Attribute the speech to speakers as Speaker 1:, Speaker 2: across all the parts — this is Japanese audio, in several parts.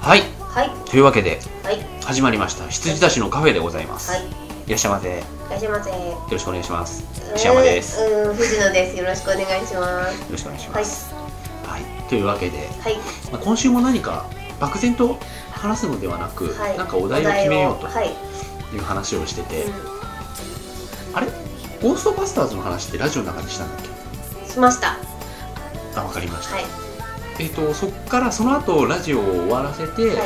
Speaker 1: はい
Speaker 2: はい
Speaker 1: というわけで
Speaker 2: はい
Speaker 1: 始まりました羊たちのカフェでございます、、
Speaker 2: はいい
Speaker 1: らっしゃいませよ
Speaker 2: いらっしゃいませ
Speaker 1: ろしくお願いします石山ですよ
Speaker 2: うんうん藤野ですよろしくお願いします
Speaker 1: ろしくお願いし
Speaker 2: は
Speaker 1: ま
Speaker 2: い
Speaker 1: すはい、というわけで、
Speaker 2: はい
Speaker 1: まあ、今週も何か漠然と話すのではなく、
Speaker 2: はい
Speaker 1: なんかお題を決めよう
Speaker 2: お題をはい
Speaker 1: という話をしてて、
Speaker 2: う
Speaker 1: あれゴーストバスターズの話ってラジオの中でしたんだっけ
Speaker 2: んしましたは
Speaker 1: あわかりました、
Speaker 2: い
Speaker 1: えっ、とそっからその後ラジオを終わらせて、
Speaker 2: はい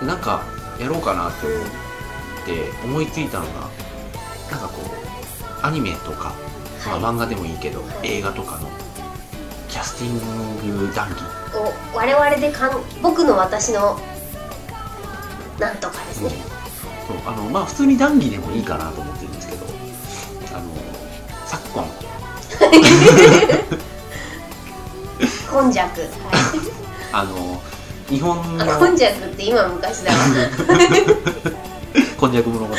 Speaker 1: でなんかやろうかなと思
Speaker 2: うん
Speaker 1: って思いついたのがなんかこうアニメとか、ま
Speaker 2: は
Speaker 1: あ、漫画でもいいけど、
Speaker 2: はい
Speaker 1: 映画とかのキャスティング談義
Speaker 2: いお我々でかん僕の私のなんとかですね
Speaker 1: そうあのまあ普通に談義でもいいかなと思ってるんですけどあの昨今
Speaker 2: 今弱はい
Speaker 1: あの日本の
Speaker 2: あ今弱って今昔だわ
Speaker 1: こんにゃく物語
Speaker 2: はい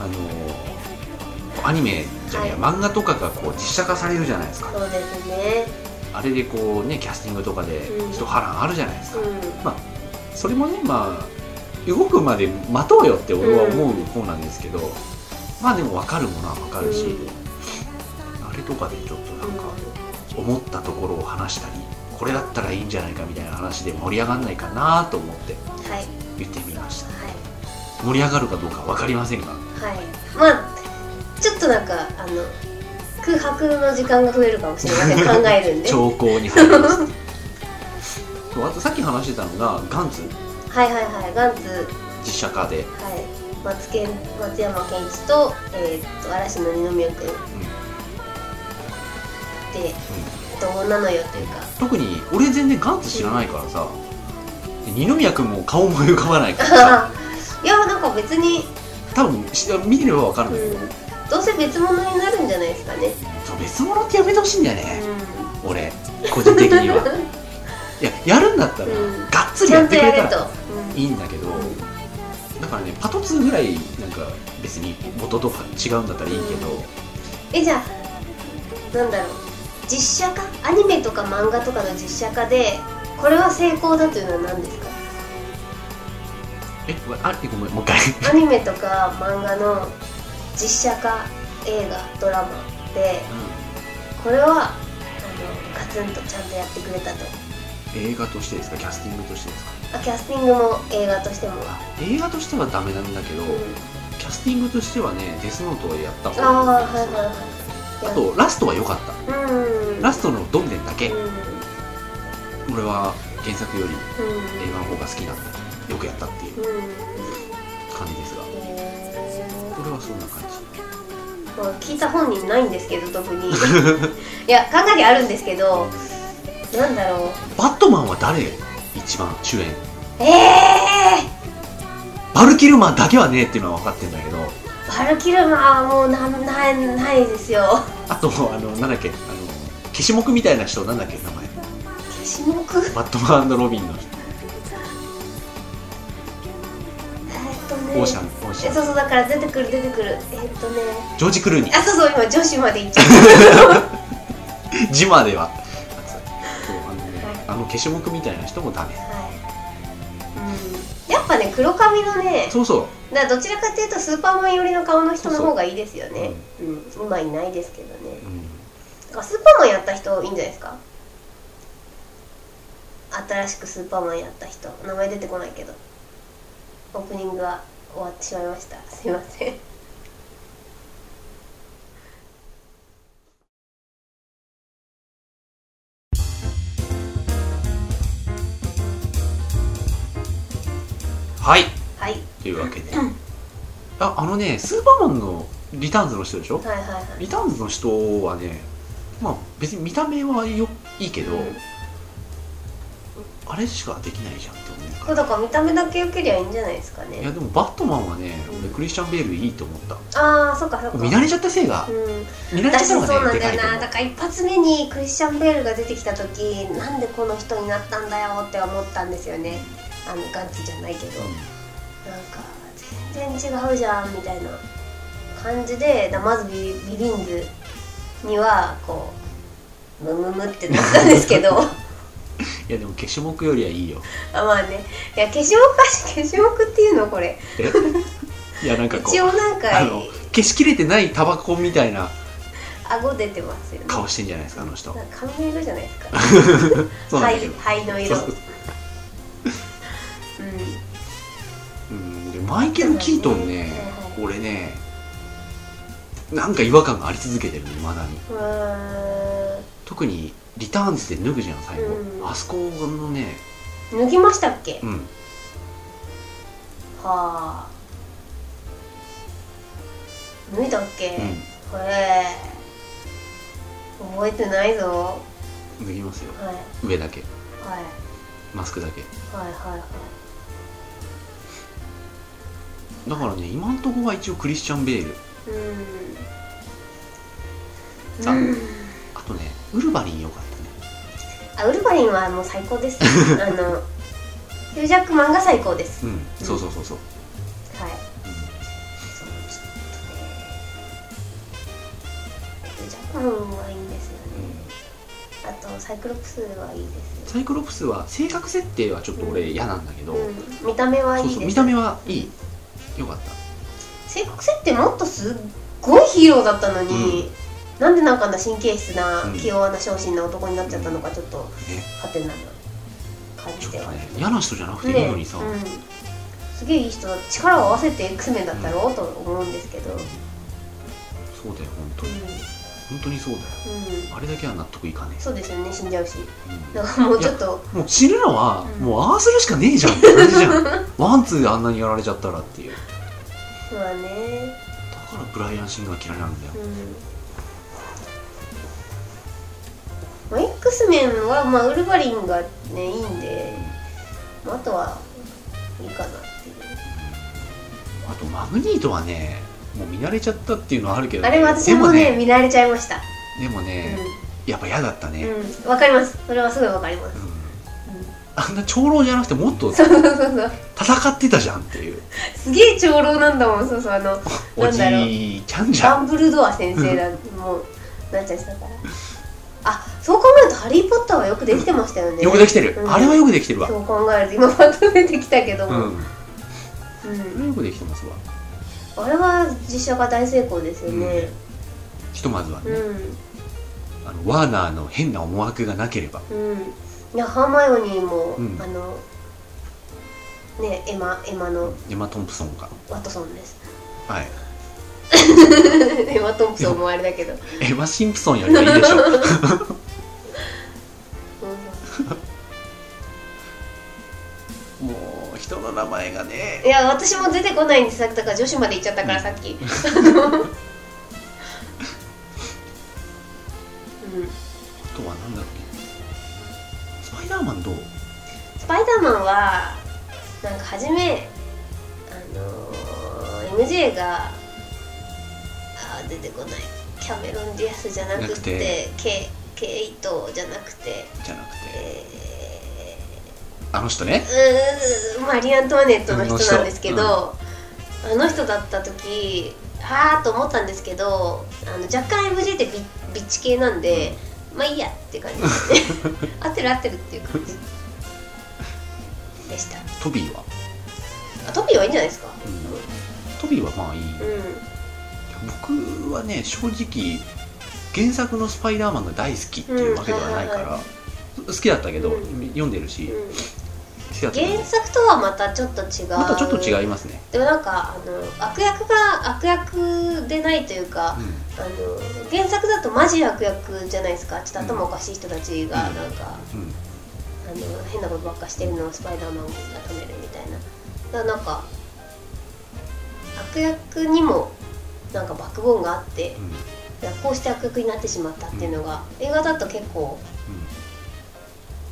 Speaker 1: あのアニメじゃねえや、漫画とかがこう実写化されるじゃないですか
Speaker 2: そうですね
Speaker 1: あれでこうねキャスティングとかで
Speaker 2: うん
Speaker 1: 一波乱あるじゃないですか、
Speaker 2: う
Speaker 1: それもねまあ動くまで待とうよって俺は思う方なんですけど、まあでも分かるものは分かるし、
Speaker 2: うん
Speaker 1: あれとかでちょっとなんか思ったところを話したりこれだったらいいんじゃないかみたいな話で盛り上がんないかなと思って
Speaker 2: んはい
Speaker 1: 言ってみました
Speaker 2: はい
Speaker 1: 盛り上がるかどうか分かりませんが
Speaker 2: はい、まあちょっとなんかあの空白の時間が増えるかもしれません考え るんで
Speaker 1: 兆候に入りますそうあとさっき話してたのがガンツ
Speaker 2: はいはいはいガンツ、
Speaker 1: 実写化で
Speaker 2: はい、松健松山ケンイチと,、えーっと嵐の二宮君で、えっと女の世というか
Speaker 1: 特に俺全然ガンツ知らないからさで二宮君も顔も浮かばないからさ
Speaker 2: あいやなんか別に、
Speaker 1: 多分し見てれば分かるんだけど、
Speaker 2: うん、どうせ別物になるんじゃないですかね、
Speaker 1: そう別物ってやめてほしいんだよ
Speaker 2: う
Speaker 1: ね、
Speaker 2: ん
Speaker 1: 俺個人的にはいややるんだったら、
Speaker 2: うん
Speaker 1: がっつり
Speaker 2: ちゃ
Speaker 1: やっ
Speaker 2: んと
Speaker 1: てくれ
Speaker 2: や
Speaker 1: た
Speaker 2: れと
Speaker 1: ら、いいんだけど、だからねパト2ぐらいなんか別に元とか違うんだったらいいけど、
Speaker 2: うんえじゃあなんだろう実写化アニメとか漫画とかの実写化でこれは成功だというのは何ですか
Speaker 1: えあごめんもう一回
Speaker 2: アニメとか漫画の実写化映画ドラマでこれはあのガツンとちゃんとやってくれたと
Speaker 1: 映画としてですかキャスティングとしてですか
Speaker 2: あキャスティングも映画としても
Speaker 1: あ映画としてはダメなんだけど、
Speaker 2: うん
Speaker 1: キャスティングとしてはねデスノートをやった方
Speaker 2: ああ
Speaker 1: がいい
Speaker 2: はいはいはい
Speaker 1: あとラストは良かった
Speaker 2: うん
Speaker 1: ラストのどんでんだけ
Speaker 2: うん
Speaker 1: 俺は原作より
Speaker 2: うん
Speaker 1: 映画の方が好きなんでよくやったっていう
Speaker 2: うん
Speaker 1: 感じですが
Speaker 2: えー
Speaker 1: これはそんな感じ
Speaker 2: まあ聞いた本人ないんですけど特 にいや考えにあるんですけどなんだろう
Speaker 1: バットマンは誰一番主演
Speaker 2: ええ
Speaker 1: バルキルマンだけはねえっていうのは分かってんだけど
Speaker 2: ー、バルキルマはもうなんないないですよ
Speaker 1: あとあのなんだっけあの消し目みたいな人なんだっけ名前
Speaker 2: 消し目え
Speaker 1: バットマンロビンの人
Speaker 2: ーっとね
Speaker 1: オーシャンオーシ
Speaker 2: えそ
Speaker 1: ャン
Speaker 2: うそうだから出てくる出てくるえーっとね
Speaker 1: ジョージ・クルーニー
Speaker 2: あそうそう今女子まで行っちゃっ
Speaker 1: ジマではそうあのねあの消し目みたいな人もダメ
Speaker 2: たはい、うん、やっぱね黒髪のね
Speaker 1: そうそう
Speaker 2: だからどちらかというとスーパーマン寄りの顔の人の方がいいですよねうん、今いないですけどね
Speaker 1: う
Speaker 2: だからスーパーマンやった人いいんじゃないですか新しくスーパーマンやった人名前出てこないけどオープニングは終わってしまいましたすいません
Speaker 1: んはい
Speaker 2: はい
Speaker 1: というわけでああのねスーパーマンのリターンズの人でしょ
Speaker 2: はいはいはい
Speaker 1: リターンズの人はねまあ別に見た目はよいいけど、
Speaker 2: うん
Speaker 1: あれしかできないじゃんって思うから
Speaker 2: そうだから見た目だけ良けりゃいいんじゃないですか
Speaker 1: い
Speaker 2: ね
Speaker 1: やでもバットマンはね俺クリスチャン・ベールいいと思った
Speaker 2: ああそっかそっか
Speaker 1: 見慣れちゃったせいが
Speaker 2: うん
Speaker 1: 見慣れちゃっ
Speaker 2: 私
Speaker 1: た
Speaker 2: そ
Speaker 1: の
Speaker 2: うな
Speaker 1: が
Speaker 2: ん
Speaker 1: ねでか
Speaker 2: だよ
Speaker 1: いと思
Speaker 2: なだから一発目にクリスチャン・ベールが出てきた時なんでこの人になったんだよって思ったんですよねあのガンツじゃないけど、
Speaker 1: う
Speaker 2: なんか全然違うじゃんみたいな感じでだまずビビビンズ にはこうムムムってなったんですけど
Speaker 1: ういやでも消し目よりはいいよ
Speaker 2: あまあねいや消し目かし消し目っていうのこれ
Speaker 1: えいやなんかこ
Speaker 2: 一応
Speaker 1: う
Speaker 2: なんか
Speaker 1: あの消しきれてないタバコみたいな
Speaker 2: 顎出てますよね
Speaker 1: 顔してんじゃないですかあの人
Speaker 2: なんか髪の色じゃないですか
Speaker 1: そうなんだけど、
Speaker 2: 灰灰の色
Speaker 1: そう
Speaker 2: うん
Speaker 1: うん、でマイケル・キートンね
Speaker 2: はい
Speaker 1: 俺ねなんか違和感があり続けてるねまだに
Speaker 2: うーん
Speaker 1: 特にリターンズで脱ぐじゃん最後、
Speaker 2: うん
Speaker 1: あそこのね
Speaker 2: 脱ぎましたっけ
Speaker 1: うん
Speaker 2: はあ脱いだっけ、
Speaker 1: う
Speaker 2: これ覚えてないぞ
Speaker 1: ん脱ぎますよ
Speaker 2: はい
Speaker 1: 上だけ
Speaker 2: はい
Speaker 1: マスクだけ
Speaker 2: はいはいはい
Speaker 1: だからね今のところは一応クリスチャン・ベール
Speaker 2: うん
Speaker 1: さ
Speaker 2: うん
Speaker 1: あとねウルバリン良かったね
Speaker 2: あウルバリンはもう最高ですあのヒュージャックマンが最高です
Speaker 1: うん、そうそうそうそう、
Speaker 2: はい
Speaker 1: うん
Speaker 2: そうちょっとねヒュージャックマンはいいんですよねあとサイクロプスはいいですよ
Speaker 1: サイクロプスは性格設定はちょっと俺嫌なんだけど、
Speaker 2: うん、見た目はい
Speaker 1: そ
Speaker 2: い
Speaker 1: う
Speaker 2: です
Speaker 1: そう見た目はいいよかった
Speaker 2: 性格設定もっとすっごいヒーローだったのに、なんでなんかあんな神経質な
Speaker 1: うん
Speaker 2: 器用な小心な男になっちゃったのかちょっと
Speaker 1: ね
Speaker 2: ハテナな感
Speaker 1: ち
Speaker 2: じ
Speaker 1: ょっ
Speaker 2: で
Speaker 1: と
Speaker 2: は
Speaker 1: ね嫌な人じゃなくていい
Speaker 2: ね
Speaker 1: のにさ、
Speaker 2: うん、すげえいい人だ力を合わせて X メンだったろうと思うんですけど、うん
Speaker 1: そうだよ本当に本当にそうだよ
Speaker 2: うん
Speaker 1: あれだけは納得いかね
Speaker 2: そうですよね死んじゃうし
Speaker 1: え、
Speaker 2: だからもうちょっと
Speaker 1: もう死ぬのは、
Speaker 2: うん
Speaker 1: もうああするしかねえじゃんって感じじゃん ワンツーであんなにやられちゃったらっていう
Speaker 2: まあね
Speaker 1: だからブライアン・シンガー嫌いなんだよ
Speaker 2: うんまあ X メンは、まあ、ウルヴァリンがねいいんで、まあ、あとはいいかなっていう
Speaker 1: あとマグニートはねもう見慣れちゃったっていうのはあるけど
Speaker 2: あれ私もね
Speaker 1: でもね
Speaker 2: 見られちゃいました
Speaker 1: でもねやっぱ嫌だった
Speaker 2: う
Speaker 1: ね、
Speaker 2: んうんわかりますそれはすごいわかります
Speaker 1: うん
Speaker 2: うん
Speaker 1: あんな長老じゃなくてもっと
Speaker 2: そうそうそうそう
Speaker 1: 戦ってたじゃんっていう
Speaker 2: すげえ長老なんだもんそうそうあの
Speaker 1: お
Speaker 2: なんだろう
Speaker 1: じいちゃんじゃ
Speaker 2: ダ
Speaker 1: ん
Speaker 2: ンブルドア先生だもうなっちゃいそうだからあそう考えると「ハリー・ポッター」はよくできてましたよね
Speaker 1: よくできてる、
Speaker 2: うん
Speaker 1: あれはよくできてるわ
Speaker 2: そう考えると今まとめてきたけど
Speaker 1: う
Speaker 2: も、うん
Speaker 1: んあれよくできてますわ
Speaker 2: あれは実写が大成功ですよね
Speaker 1: ひとまずは
Speaker 2: う
Speaker 1: ね、
Speaker 2: ん
Speaker 1: あのワーナーの変な思惑がなければ
Speaker 2: うん、いやハーマイオニーも、
Speaker 1: うん
Speaker 2: あのねエマエマの
Speaker 1: エマ・トンプソンが
Speaker 2: ワトソンです
Speaker 1: はい
Speaker 2: エマ・トンプソンもあれだけど
Speaker 1: エマ・シンプソンよりはいいでしょ
Speaker 2: うん
Speaker 1: もう人の名前がね
Speaker 2: いや私も出てこないんですだから女子まで行っちゃったから
Speaker 1: うん
Speaker 2: さっき うん
Speaker 1: あとはなんだろうねスパイダーマンどう
Speaker 2: スパイダーマンはなんか初めあのー MJ があー出てこないキャメロン・ディアスじゃなくて
Speaker 1: なくて
Speaker 2: ケケイトじゃなくて
Speaker 1: じゃなくて
Speaker 2: え
Speaker 1: あの人ね
Speaker 2: ーうーマリー・アントワネットの人なんですけど、あの人だった時あーと思ったんですけどあの若干 MJ ってビビッチ系なんで、まあいいやっていう感じですね 合ってる合ってるっていう感じでした
Speaker 1: トビーは、
Speaker 2: あトビーはいいんじゃないですか
Speaker 1: うんトビーはまあいい、
Speaker 2: う
Speaker 1: 僕はね正直原作の「スパイダーマン」が大好きっていうわけではないから、
Speaker 2: うんはいは
Speaker 1: 好きだったけど、
Speaker 2: う
Speaker 1: 読んでるし
Speaker 2: ん、うん、
Speaker 1: 好きだったけど
Speaker 2: 原作とはまたちょっと違う
Speaker 1: またちょっと違
Speaker 2: う
Speaker 1: いますね、
Speaker 2: でもなんかあの悪役が悪役でないというか
Speaker 1: う、ん
Speaker 2: あの原作だとマジ悪役じゃないですかちょっと頭おかしい人たちが
Speaker 1: うん
Speaker 2: なんか、
Speaker 1: うん
Speaker 2: あの変なことばっかしてるのをスパイダーマンが止めるみたいなだからなんか悪役にもなんかバックボーンがあって
Speaker 1: うん
Speaker 2: だからこうして悪役になってしまったっていうのが、映画だと結構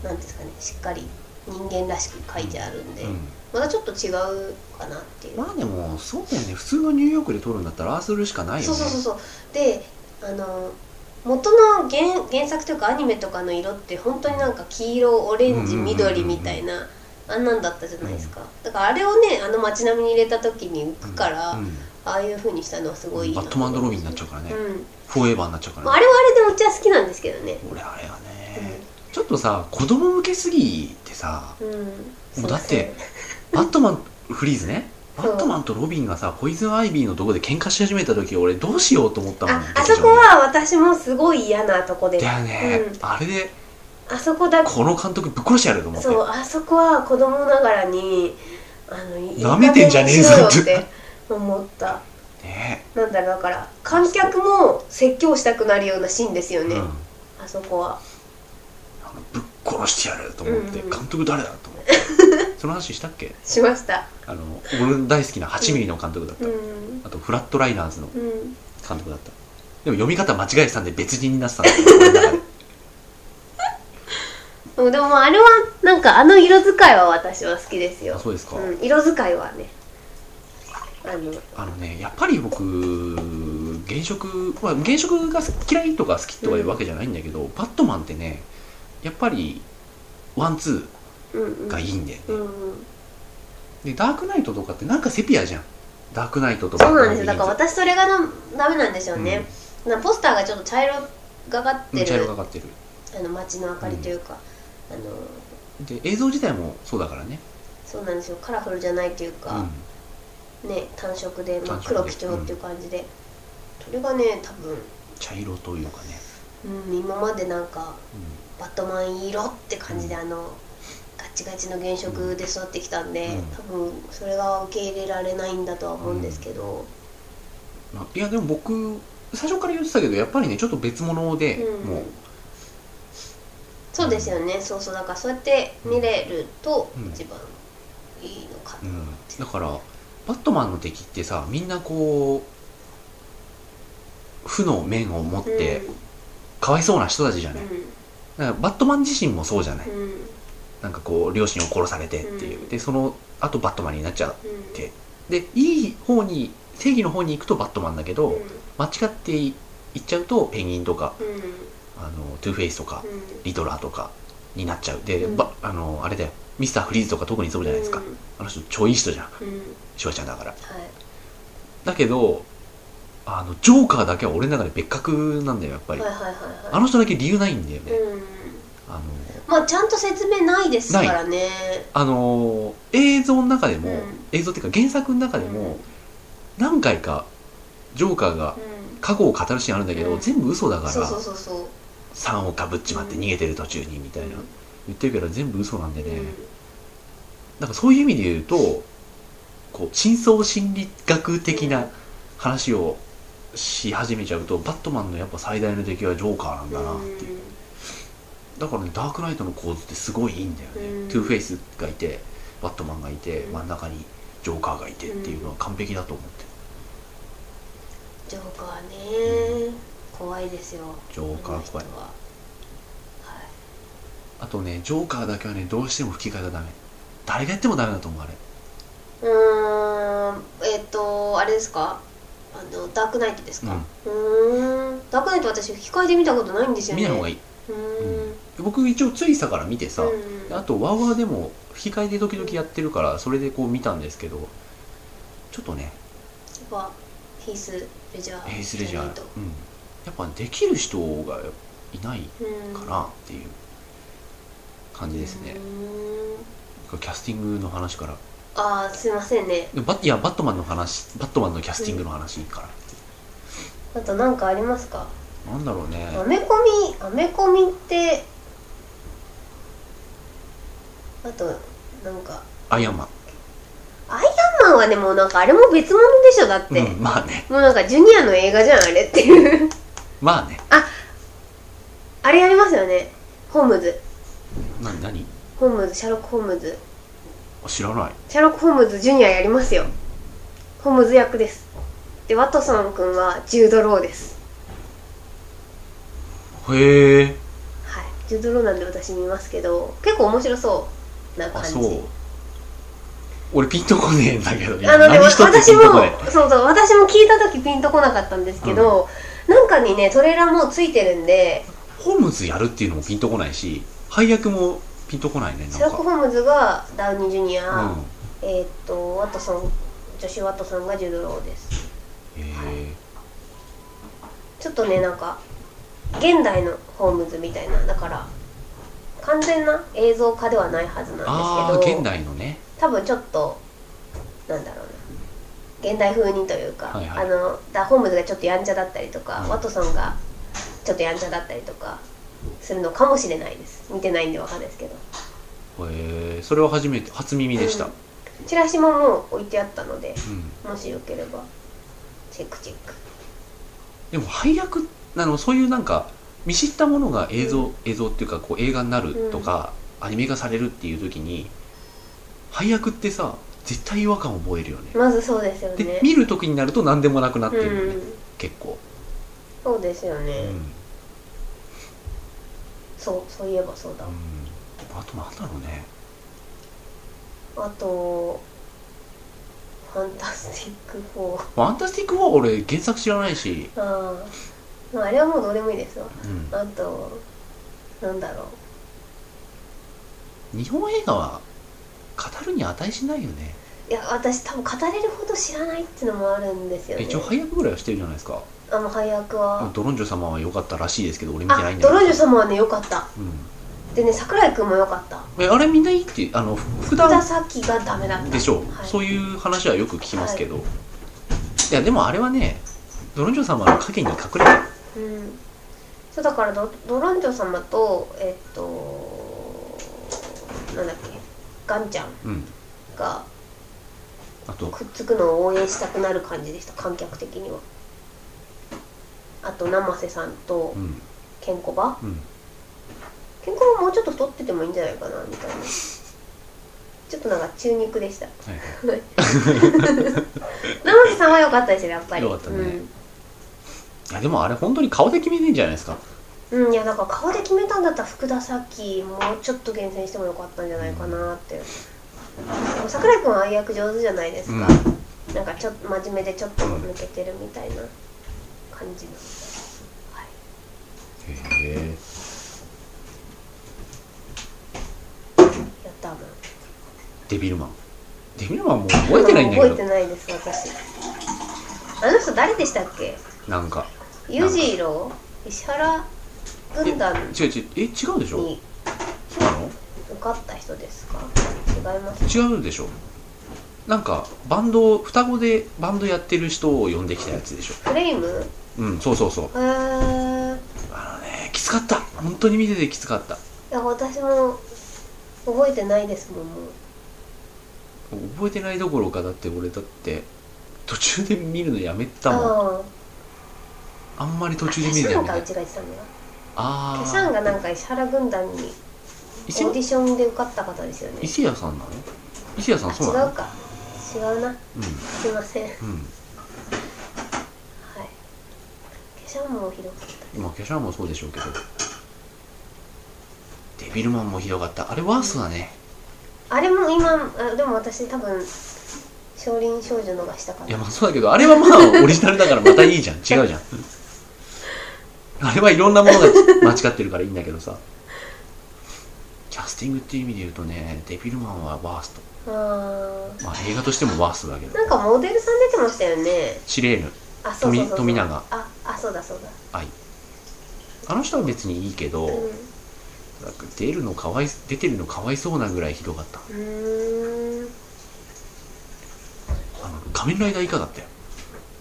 Speaker 2: なんていうんですかねしっかり人間らしく書いてあるんで、
Speaker 1: うんうん
Speaker 2: またちょっと違うかなっていう、
Speaker 1: まあでもそうだよね普通のニューヨークで撮るんだったらああするしかないよ
Speaker 2: そう
Speaker 1: ね
Speaker 2: そうそうそうであの元の原原作というかアニメとかの色って本当になんか黄色オレンジ
Speaker 1: うんうんうんうん
Speaker 2: 緑みたいなあんなんだったじゃないですかだからあれをねあの街並みに入れた時に浮くから、
Speaker 1: うん
Speaker 2: ああいう風にしたのはすごいいい
Speaker 1: バットマンドロビンになっちゃうからね、
Speaker 2: うん
Speaker 1: フォーエバーになっちゃうか
Speaker 2: まあ
Speaker 1: ら
Speaker 2: あ
Speaker 1: ね
Speaker 2: れはあれでもうちは好きなんですけどね
Speaker 1: 俺あれはね、ちょっとさ子供向けすぎてさ
Speaker 2: うん
Speaker 1: もうだってバットマンフリーズねバットマンとロビンがさポイズンアイビーのとこで喧嘩し始めた時俺どうしようと思ったもん
Speaker 2: ああそ
Speaker 1: 劇
Speaker 2: こは私もすごい嫌なとこで
Speaker 1: 場でだよね、
Speaker 2: うん
Speaker 1: あれで
Speaker 2: あそこだ
Speaker 1: この監督ぶっ殺してやると思って
Speaker 2: そうあそこは子供ながらにあのいい
Speaker 1: 舐めてんじゃねえぞ
Speaker 2: 加減にしろよって思った
Speaker 1: ね
Speaker 2: なんだろうだから観客も説教したくなるようなシーンですよ
Speaker 1: うん
Speaker 2: ね、あそこは
Speaker 1: あのぶっ殺してやると思って、
Speaker 2: うんうん
Speaker 1: 監督誰だと 思ってその話したっけ
Speaker 2: しました
Speaker 1: あの俺大好きな8ミリの監督だった、
Speaker 2: うん
Speaker 1: あとフラットライナーズの
Speaker 2: うん
Speaker 1: 監督だったでも読み方間違えてたんで別人になってたんです よ俺の中で
Speaker 2: うんでもあれはなんかあの色使いは私は好きです
Speaker 1: あ
Speaker 2: よ
Speaker 1: そうですか、
Speaker 2: うん、色使いはねあの
Speaker 1: あのねやっぱり僕現職、まあ、現職が嫌いとか好きとかいうわけじゃないんだけど、バットマンってねやっぱりワンツ
Speaker 2: うんう
Speaker 1: ー
Speaker 2: ん
Speaker 1: がいいんだよね、
Speaker 2: うんうん、
Speaker 1: でダークナイトとかってなんかセピアじゃんダークナイトとか
Speaker 2: そうなんですよだから私それがなダメなんでしょうね、なポスターがちょっと茶色がかっ
Speaker 1: うん
Speaker 2: て
Speaker 1: 茶
Speaker 2: る、
Speaker 1: 色がかってる
Speaker 2: あの街の明かりというか、あの
Speaker 1: で映像自体もそうだからね、
Speaker 2: そうなんですよカラフルじゃないという
Speaker 1: うん
Speaker 2: か、ね単色で、まあ、
Speaker 1: 単色で
Speaker 2: 黒基調っていう感じで、それがね多分、
Speaker 1: 茶色というかね、
Speaker 2: うん、今までなんか
Speaker 1: う
Speaker 2: バットマン色って感じで、
Speaker 1: うん
Speaker 2: あのガチガチの原色で育ってきたんで、
Speaker 1: うん
Speaker 2: 多分それが受け入れられないんだとは思うんですけど、
Speaker 1: んまあいやでも僕最初から言ってたけどやっぱりねちょっと別物で、
Speaker 2: うん
Speaker 1: もう
Speaker 2: そうですよねそうそうだからそうやって見れると
Speaker 1: うん
Speaker 2: 一番いいのか
Speaker 1: う
Speaker 2: な、
Speaker 1: ん、だからバットマンの敵ってさみんなこう負の面を持っ
Speaker 2: うん
Speaker 1: てかわいそうな人たちじゃない、だからバットマン自身もそうじゃない、
Speaker 2: うんうん
Speaker 1: なんかこう両親を殺されてっていう、
Speaker 2: うん
Speaker 1: でそのあとバットマンになっちゃう
Speaker 2: うん
Speaker 1: ででいい方に正義の方に行くとバットマンだけど、
Speaker 2: うん
Speaker 1: 間違っていっちゃうとペンギンとか
Speaker 2: うん
Speaker 1: あのトゥーフェイスとか、
Speaker 2: うん
Speaker 1: リトラーとかになっちゃうで、
Speaker 2: うん
Speaker 1: ばあのあれだよミスターフリーズとか特にそうじゃないですか、
Speaker 2: うん
Speaker 1: あの人超いい人じゃん
Speaker 2: うん
Speaker 1: シュワちゃんだから
Speaker 2: はい
Speaker 1: だけどあのジョーカーだけは俺の中で別格なんだよやっぱり、
Speaker 2: はいはいはい
Speaker 1: あ
Speaker 2: は
Speaker 1: の人だけ理由ないんだよ
Speaker 2: い。
Speaker 1: ね、
Speaker 2: うん。
Speaker 1: あの
Speaker 2: まあちゃんと説明ないですからね。
Speaker 1: あの映像の中でも、
Speaker 2: うん
Speaker 1: 映像っていうか原作の中でも、何回かジョーカーが
Speaker 2: うん
Speaker 1: 過去を語るシーンあるんだけど、
Speaker 2: うん
Speaker 1: 全部嘘だから
Speaker 2: そうそうそうそう。
Speaker 1: 3をかぶっちまって逃げてる途中にみたいな、言ってるけど全部嘘なんでね、なんかそういう意味で言うとこう深層心理学的な話をし始めちゃうとバットマンのやっぱ最大の敵はジョーカーなん
Speaker 2: う
Speaker 1: だな、
Speaker 2: ん
Speaker 1: だからねダークナイトの構図ってすごいいいんだよね、
Speaker 2: うん
Speaker 1: トゥーフェイスがいてバットマンがいて、
Speaker 2: うん
Speaker 1: 真ん中にジョーカーがいてっていうのは完璧だと思ってる
Speaker 2: ジョーカーね。怖いですよ。
Speaker 1: ジョーカー怖い
Speaker 2: あの人はは
Speaker 1: あとねジョーカーだけはねどうしても吹き替えがダメ誰がやってもダメだと思うあれ
Speaker 2: い。うーん。えっとあれですか。あのダークナイトですか。うーん。ダークナイト私吹き替えで見たことないんですよね。
Speaker 1: 見ない方がいい
Speaker 2: い。うん。
Speaker 1: 僕一応ついさから見てさ、
Speaker 2: うん
Speaker 1: あとワウワウでも吹き替えで時々やってるからそれでこう見たんですけどちょっとね
Speaker 2: はヒースレジャー。
Speaker 1: ヘイスレジャー、うん
Speaker 2: と、
Speaker 1: やっぱできる人がいない
Speaker 2: うん。
Speaker 1: かなっていう感じですね
Speaker 2: う、ーん
Speaker 1: キャスティングの話から
Speaker 2: ああすいませんね
Speaker 1: でバいやバットマンの話バットマンのキャスティングの話から、
Speaker 2: あと何かありますか
Speaker 1: なんだろうね
Speaker 2: アメコミアメコミってあとなんか
Speaker 1: アイアンマン
Speaker 2: アンマンはでもなんかあれも別物でしょだって、
Speaker 1: うん、まあね
Speaker 2: もうなんかジュニアの映画じゃんあれっていう
Speaker 1: まあね
Speaker 2: あれやりますよねホームズ
Speaker 1: な何
Speaker 2: ホームズシャーロック・ホームズ
Speaker 1: 知らない
Speaker 2: シャーロック・ホームズジュニアやりますよホームズ役ですでワトソン君はジュード・ローです
Speaker 1: へえ
Speaker 2: はいジュード・ローなんで私見ますけど結構面白そうな
Speaker 1: あ
Speaker 2: 感じ
Speaker 1: そう俺ピンとこねえんだけどい
Speaker 2: あ
Speaker 1: や
Speaker 2: のね、
Speaker 1: 何一つ
Speaker 2: 私
Speaker 1: ピン
Speaker 2: も
Speaker 1: とこねえ
Speaker 2: そうそう私も聞いた時ピンとこなかったんですけど、なんかにねトレーラーもうついてるんで
Speaker 1: ホームズやるっていうのもピンとこないし配役もピンとこないね
Speaker 2: シ
Speaker 1: な
Speaker 2: ャー
Speaker 1: ん
Speaker 2: ロック・
Speaker 1: か
Speaker 2: ホームズがダウニー・ジュニ
Speaker 1: う
Speaker 2: ア、
Speaker 1: ん
Speaker 2: えーっとワトソンジョシュ・ワトソンがジュド・ローです
Speaker 1: へえ
Speaker 2: ちょっとねなんか現代のホームズみたいなだから完全な映像化ではないはず
Speaker 1: あ
Speaker 2: なん
Speaker 1: あ
Speaker 2: ですけど
Speaker 1: 現代のね
Speaker 2: 多分ちょっとなんだろうな現代風にというか、
Speaker 1: はいはい
Speaker 2: あのダ・ホームズがちょっとやんちゃだったりとか、
Speaker 1: うん
Speaker 2: ワトソンがちょっとやんちゃだったりとかするのかもしれないです見てないんでわかんないですけど
Speaker 1: へえそれは初めて初耳でした、
Speaker 2: う
Speaker 1: うん
Speaker 2: チラシももう置いてあったので
Speaker 1: ん
Speaker 2: もしよければチェックチェック
Speaker 1: でも配役あのそういうなんか見知ったものが映像、
Speaker 2: う
Speaker 1: 映像っていうかこう映画になるとか、アニメ化されるっていう時に配役ってさ絶対違和感を覚えるよね、
Speaker 2: まずそうですよ
Speaker 1: で
Speaker 2: ね
Speaker 1: 見る時になると何でもなくなって
Speaker 2: う
Speaker 1: るよね、
Speaker 2: ん
Speaker 1: 結構、
Speaker 2: そうですよね、
Speaker 1: うん
Speaker 2: そうそういえばそうだ、
Speaker 1: うんあとなんだろうね
Speaker 2: あと「ファンタスティック
Speaker 1: 「
Speaker 2: 4
Speaker 1: ファンタスティック4」は俺原作知らないし」、
Speaker 2: ああまああれはもうどうでもいいですわ
Speaker 1: うん
Speaker 2: あとなんだろう
Speaker 1: 日本映画は語るに値しないよね
Speaker 2: いや私多分語れるほど知らないっていうのもあるんですよね
Speaker 1: 一応配役ぐらいはしてるじゃないですか
Speaker 2: あの配役は、
Speaker 1: ドロンジョ様は良かったらしいですけど俺見てな
Speaker 2: あ
Speaker 1: いんだけ
Speaker 2: ド
Speaker 1: ど
Speaker 2: ロンジョ様はね良かった
Speaker 1: うん
Speaker 2: でね桜井くんも良かった
Speaker 1: えあれみんないいってあのふ普
Speaker 2: 福田
Speaker 1: 段
Speaker 2: 沙紀がダメだった
Speaker 1: でしょう、
Speaker 2: はい、
Speaker 1: そういう話はよく聞きますけど、い、やでもあれはねドロンジョ様の影に隠れてる
Speaker 2: うん、そうだからドドロンジョ様とえっとなんだっけガンちゃん
Speaker 1: うん
Speaker 2: が
Speaker 1: あと
Speaker 2: くっつくのを応援したくなる感じでした観客的にはあと生瀬さんと
Speaker 1: うん
Speaker 2: ケンコバ
Speaker 1: うん
Speaker 2: ケンコバもうちょっと太っててもいいんじゃないかなみたいなちょっとなんか中肉 でした
Speaker 1: はいはい
Speaker 2: 生瀬さんは良かったですよやっぱり
Speaker 1: 良かったねいやでもあれ本当に顔で決めてんじゃないですか
Speaker 2: うん、うん、いやだから顔で決めたんだったら福田沙紀もうちょっと厳選してもよかったんじゃないかなってでも桜井君は愛役上手じゃないですか、なんかちょっと真面目でちょっと抜けてるみたいな感じの、はい
Speaker 1: へえ
Speaker 2: やったもん
Speaker 1: デビルマンデビルマンもう覚えてないんだ
Speaker 2: 覚
Speaker 1: け
Speaker 2: え
Speaker 1: ど
Speaker 2: てないです私あの人誰でしたっけ
Speaker 1: なんか
Speaker 2: 裕次郎石原軍団
Speaker 1: 違う違うえ違うでしょ
Speaker 2: に
Speaker 1: そうなの
Speaker 2: 受かった人ですか違います
Speaker 1: 違うでしょなんかバンドを双子でバンドやってる人を呼んできたやつでしょ
Speaker 2: フレーム
Speaker 1: うんそうそうそう
Speaker 2: へーい
Speaker 1: あのねきつかった本当に見ててきつかった
Speaker 2: や私も覚えてないですもんもう
Speaker 1: 覚えてないどころかだって俺だって途中で見るのやめたもん
Speaker 2: ああ
Speaker 1: あんまり途中
Speaker 2: キ
Speaker 1: で
Speaker 2: ャ
Speaker 1: 見
Speaker 2: シ
Speaker 1: るのや
Speaker 2: ャン
Speaker 1: め
Speaker 2: か
Speaker 1: た
Speaker 2: うちが言ってたんだよキ
Speaker 1: あ
Speaker 2: ャシャン
Speaker 1: あ
Speaker 2: がなんか石原軍団にオ
Speaker 1: 石
Speaker 2: ーディションで受かった方ですよね
Speaker 1: 石谷さんなの石谷さ
Speaker 2: あ
Speaker 1: んそう
Speaker 2: 違
Speaker 1: な
Speaker 2: う
Speaker 1: の
Speaker 2: か違うなすいませんはい
Speaker 1: うんうん
Speaker 2: キャシャンもひどかっ
Speaker 1: 今キャシャンもそうでしょうけどデビルマンもひどかったあれワーストだね
Speaker 2: たあれも今あでも私多分少林少女のがしたか
Speaker 1: い
Speaker 2: ら
Speaker 1: やまあそうだけどあれはまあオリジナルだからまたいいじゃん違うじゃんあれはいろんなものが間違ってるからいいんだけどさキャスティングっていう意味で言うとねデビルマンはワースト
Speaker 2: あー
Speaker 1: まあ映画としてもワーストだけど
Speaker 2: なんかモデルさん出てましたよね
Speaker 1: シレーヌ
Speaker 2: あそうそうそうそう
Speaker 1: 富永
Speaker 2: ああそうだそうだ
Speaker 1: 愛あの人は別にいいけど、
Speaker 2: うんう
Speaker 1: なんか出るのかわい出てるのかわいそうなぐらいひどかった
Speaker 2: ーん
Speaker 1: あの仮面ライダー以下だったよ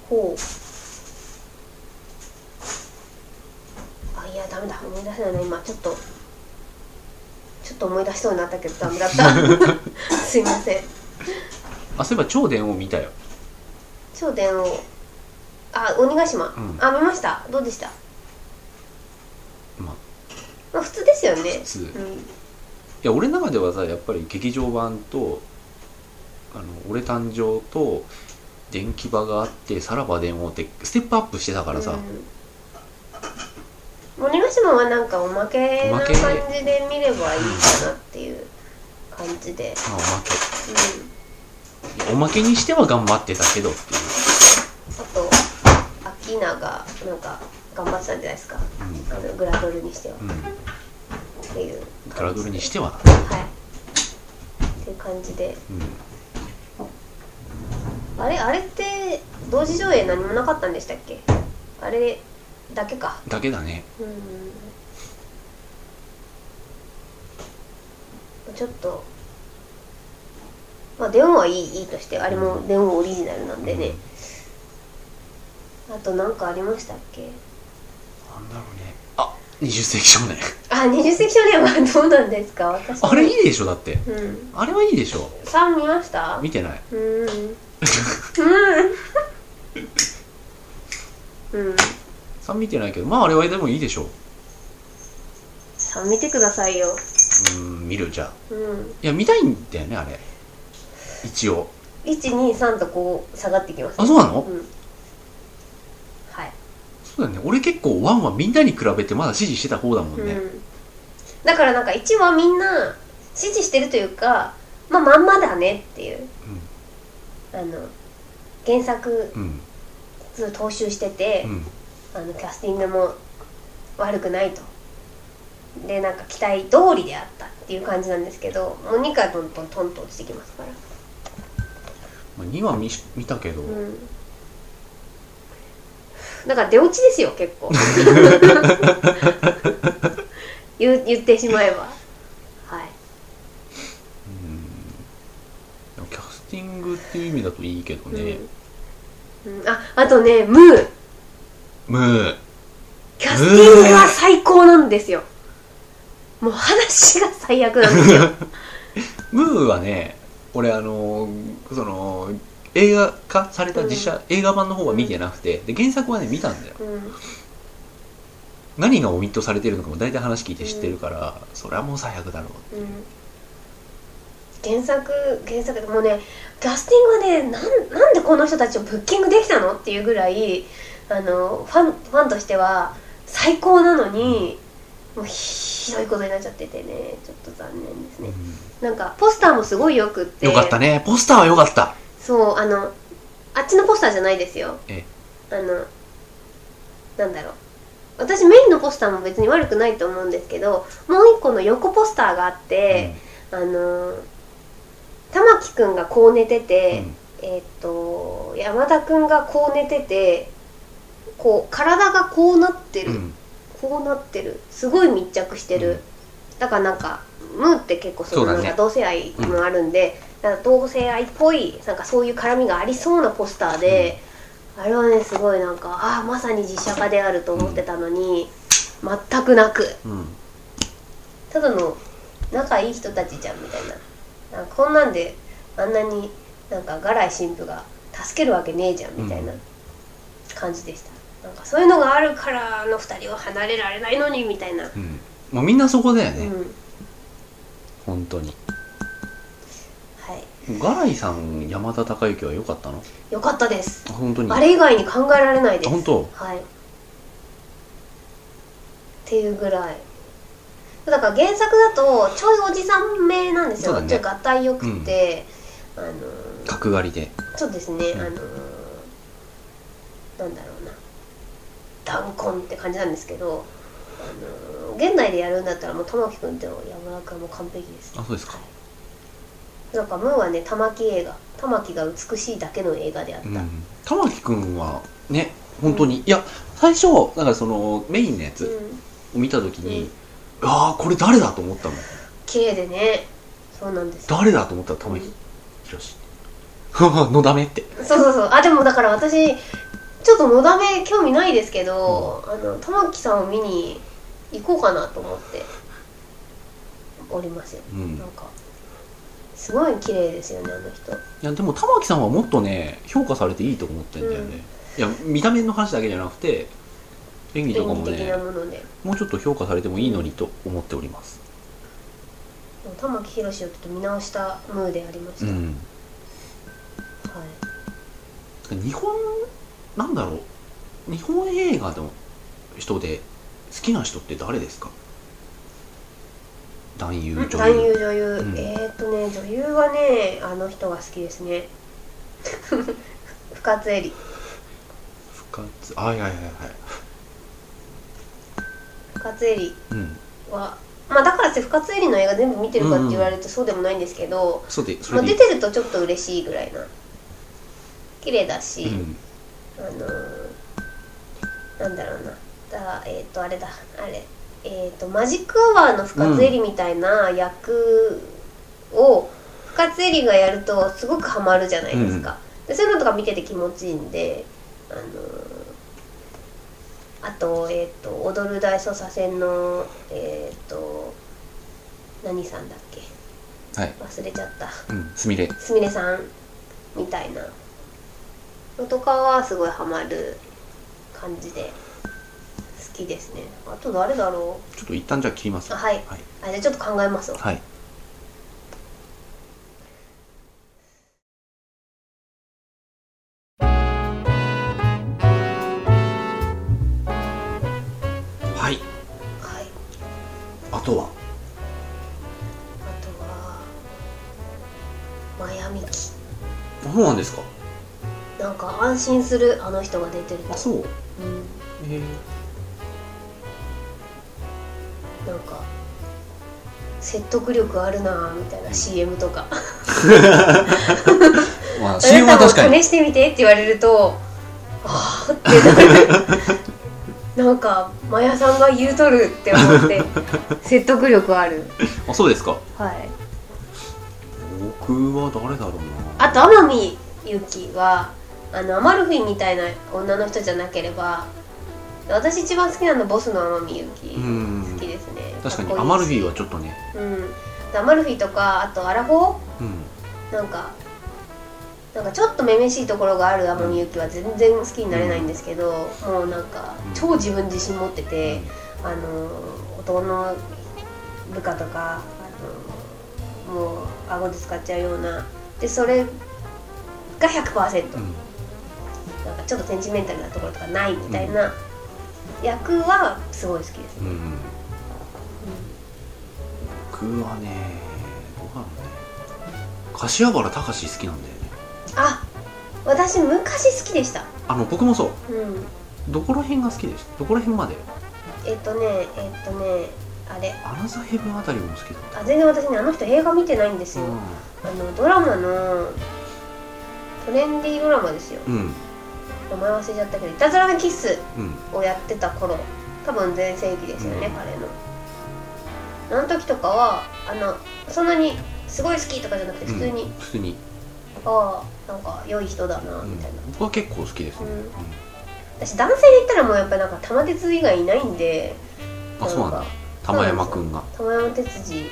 Speaker 2: ほうあいやダメだ思い出せないな今ちょっとちょっと思い出しそうになったけどダメだった すいません
Speaker 1: あそういえば超伝王見たよ
Speaker 2: 超電王あ鬼ヶ島、
Speaker 1: うん
Speaker 2: あ見ましたどうでした
Speaker 1: まあ
Speaker 2: まあ普通ですよね
Speaker 1: 普通
Speaker 2: うん
Speaker 1: いや俺の中ではさやっぱり劇場版とあの俺誕生と電気場があってさらば電王ってステップアップしてたからさ、
Speaker 2: うん、鬼ヶ島はなんかおまけ
Speaker 1: お
Speaker 2: な
Speaker 1: ま
Speaker 2: 感
Speaker 1: け
Speaker 2: じで見ればいいかなっていう感じで、
Speaker 1: まあおまけいやおまけにしては頑張ってたけどってい
Speaker 2: うん、あとアキナがなんか頑張ってたんじゃないですか
Speaker 1: う
Speaker 2: あのグラドルにしては
Speaker 1: うん、うん、
Speaker 2: っていう
Speaker 1: ガラドルにしては、
Speaker 2: はいっていう感じで
Speaker 1: うん、
Speaker 2: あれあれって同時上映何もなかったんでしたっけあれだけか
Speaker 1: だけだね
Speaker 2: うんちょっとまあデオンはいいいいとしてあれもデオンオリジナルなんでね、あと何かありましたっけ
Speaker 1: なんだろうねあ20世紀少年
Speaker 2: あ二十世紀少年は どうなんですか私
Speaker 1: あれいいでしょだって
Speaker 2: うん
Speaker 1: あれはいいでしょ
Speaker 2: 3見ました
Speaker 1: 見てない
Speaker 2: うんうんうん
Speaker 1: 3見てないけどまああれはでもいいでしょう
Speaker 2: 3見てくださいよ
Speaker 1: うん見るじゃあ
Speaker 2: うん
Speaker 1: いや見たいんだよねあれ一応
Speaker 2: 123とこう下がってきます
Speaker 1: あそうなの、
Speaker 2: うんはい
Speaker 1: そうだよね俺結構ワンはみんなに比べてまだ支持してた方だもんね、
Speaker 2: うん、だからなんか1はみんな支持してるというかまあまんまだねっていう、あの原作
Speaker 1: うん
Speaker 2: を踏襲してて
Speaker 1: う、ん
Speaker 2: あのキャスティングも悪くないとでなんか期待通りであったっていう感じなんですけどもう2回どんどんトンと落ちてきますから、
Speaker 1: まあ、2は見し見たけど、
Speaker 2: うん、だから出落ちですよ結構言う言ってしまえばはい
Speaker 1: うんキャスティングっていう意味だといいけどね、
Speaker 2: うんうん、ああとねムー
Speaker 1: ムー
Speaker 2: キャスティングは最高なんですよもう話が最悪なんですよ
Speaker 1: ムーはね俺あのその映画化された実写、映画版の方は見てなくてで原作はね見たんだよ
Speaker 2: うん
Speaker 1: 何がオミットされてるのかも大体話聞いて知ってるから、それはもう最悪だろう
Speaker 2: うん原作原作もうねキャスティングはねなんなんでこの人たちをブッキングできたのっていうぐらいあのファンファンとしては最高なのにもうひどいことになっちゃっててねちょっと残念ですねなんかポスターもすごいよくって
Speaker 1: よかったねポスターはよかった
Speaker 2: そうあのあっちのポスターじゃないですよ
Speaker 1: え
Speaker 2: あのなんだろう私メインのポスターも別に悪くないと思うんですけどもう一個の横ポスターがあって、あの玉木くんがこう寝て
Speaker 1: うん
Speaker 2: て、
Speaker 1: うん
Speaker 2: えーっと山田くんがこう寝ててこう体がこうなってる、
Speaker 1: うん
Speaker 2: こうなってるすごい密着してる、
Speaker 1: うん
Speaker 2: だからなんかムーって結構そ
Speaker 1: そうだ
Speaker 2: のな
Speaker 1: ね
Speaker 2: んか同性愛もあるんで、なんか同性愛っぽいなんかそういう絡みがありそうなポスターで、あれはねすごいなんかああまさに実写化であると思ってたのに、全くなく
Speaker 1: うん
Speaker 2: ただの仲いい人たちじゃんみたいななんかこんなんであんなになんかガライ神父が助けるわけねえじゃんみたいな
Speaker 1: うん
Speaker 2: 感じでした、なんかそういうのがあるからあの二人は離れられないのにみたいな、
Speaker 1: うんもうみんなそこだよ
Speaker 2: う
Speaker 1: ね、
Speaker 2: ん
Speaker 1: 本当に
Speaker 2: はい
Speaker 1: ガライさん山田孝之は良かったの
Speaker 2: 良かったです
Speaker 1: あ本当に
Speaker 2: あれ以外に考えられないです
Speaker 1: あ本当
Speaker 2: はいっていうぐらいだから原作だとちょいおじさん名なんです
Speaker 1: そ
Speaker 2: よ、
Speaker 1: うだね
Speaker 2: ちょっと合体よくて、あのー
Speaker 1: 角刈りで
Speaker 2: そうですね、
Speaker 1: うん
Speaker 2: あのーなんだろうな弾痕って感じなんですけど、あのー現代でやるんだったらもう玉木君と山田君はもう完璧です
Speaker 1: あそうですか
Speaker 2: なんかムーはね玉木映画玉木が美しいだけの映画であった、
Speaker 1: うん玉木くんはね本当に、いや最初なんかそのメインのや
Speaker 2: う
Speaker 1: つ
Speaker 2: ん
Speaker 1: を見た時に、
Speaker 2: うん
Speaker 1: ああこれ誰だと思ったもん
Speaker 2: 綺麗でねそうなんですよ
Speaker 1: 誰だと思ったら玉木宏ははのだめって
Speaker 2: そうそうそうあでもだから私ちょっとのだめ興味ないですけど、あの玉木さんを見に行こうかなと思っておりますよ
Speaker 1: うん
Speaker 2: なんかすごい綺麗ですよねあの人
Speaker 1: いやでも玉木さんはもっとね評価されていいと思ってんだよね、いや見た目の話だけじゃなくて演技とか
Speaker 2: 演
Speaker 1: も
Speaker 2: 技的な
Speaker 1: ね
Speaker 2: もので
Speaker 1: もうちょっと評価されてもいいのにと思っております
Speaker 2: でも玉木宏をちょっと見直したムーでありま
Speaker 1: う
Speaker 2: した、はい
Speaker 1: ん日本なんだろう日本映画の人で好きな人って誰ですか男優女優
Speaker 2: 男優女優、
Speaker 1: うん
Speaker 2: えー、っとね女優はねあの人が好きですね 深津絵里
Speaker 1: 深津あいはいはいはい
Speaker 2: 深津絵里
Speaker 1: うん
Speaker 2: はまあだからって深津絵里の映画全部見てるかって言われるとそうでもないんですけど、
Speaker 1: そうでそ
Speaker 2: ま
Speaker 1: れ
Speaker 2: あ、
Speaker 1: でい
Speaker 2: 出
Speaker 1: い
Speaker 2: てるとちょっと嬉しいぐらいな綺麗だし、
Speaker 1: うん
Speaker 2: あのーなんだろうなだえっ、とあれだあれえっ、とマジックアワーの深津絵里みたいな役を深津絵里がやるとすごくハマるじゃないですか、でそういうのとか見てて気持ちいいんであのーあと,、えー、と「踊る大捜査線の」えっ、と何さんだっけ
Speaker 1: はい
Speaker 2: 忘れちゃった
Speaker 1: うんすみれ
Speaker 2: すみれさんみたいなのとかはすごいハマる感じで好きですねあと誰だろ
Speaker 1: ちょっと一旦じゃあ切ります
Speaker 2: うあはい
Speaker 1: はい、
Speaker 2: あじゃあちょっと考えますわ
Speaker 1: はい、はい
Speaker 2: はい
Speaker 1: あとは
Speaker 2: あとはマヤミキ
Speaker 1: そうなんですか
Speaker 2: なんか安心するあの人が出てると
Speaker 1: あそう
Speaker 2: うん
Speaker 1: え
Speaker 2: なんか説得力あるなぁみたいな CM とか
Speaker 1: えまあ
Speaker 2: 「
Speaker 1: CM は確か
Speaker 2: あなたも
Speaker 1: に
Speaker 2: 試してみて」って言われるとああってな るなんかマヤさんが言うとるって思って説得力ある
Speaker 1: あそうですか
Speaker 2: はい
Speaker 1: 僕は誰だろうな
Speaker 2: あと天海祐希はあのアマルフィみたいな女の人じゃなければ私一番好きなのボスの天海祐希、
Speaker 1: うん
Speaker 2: 好きですね
Speaker 1: 確かに
Speaker 2: っこいいし
Speaker 1: アマルフィはちょっとね
Speaker 2: うんアマルフィとかあとアラフォー
Speaker 1: うん
Speaker 2: なんかなんかちょっとめめしいところがある天海祐希は全然好きになれないんですけど、もうなんか超自分自信持ってて、あの男の部下とかあのもう顎で使っちゃうようなでそれが
Speaker 1: う
Speaker 2: 100%、
Speaker 1: ん
Speaker 2: なんかちょっとセンチメンタルなところとかないみたいな役はすごい好きです
Speaker 1: う
Speaker 2: ね、
Speaker 1: ん僕はねどうだろうね柏原隆好きなんだよね
Speaker 2: あ私昔好きでした
Speaker 1: あの僕もそう
Speaker 2: うん
Speaker 1: どこら辺が好きでしたどこら辺まで
Speaker 2: えっとねえっとねあれ
Speaker 1: アナザーヘブンあたりも好きだった
Speaker 2: あ全然私ねあの人映画見てないんですよ、
Speaker 1: う
Speaker 2: あのドラマのトレンディードラマですよ
Speaker 1: んうん
Speaker 2: 名前忘れちゃったけど「いたずらのキス
Speaker 1: うん」
Speaker 2: をやってた頃多分全盛期ですよね、
Speaker 1: うん
Speaker 2: 彼のあの時とかはあのそんなにすごい好きとかじゃなくて普通に、
Speaker 1: うん普通に、
Speaker 2: ああなんか良い人だな
Speaker 1: う
Speaker 2: み
Speaker 1: ん
Speaker 2: たいな、、
Speaker 1: 僕は結構好きですね、
Speaker 2: うん
Speaker 1: うん
Speaker 2: 私男性で言ったらもうやっぱなんか玉鉄以外いないんで
Speaker 1: あそうなんだ玉山くんが、
Speaker 2: 玉山鉄二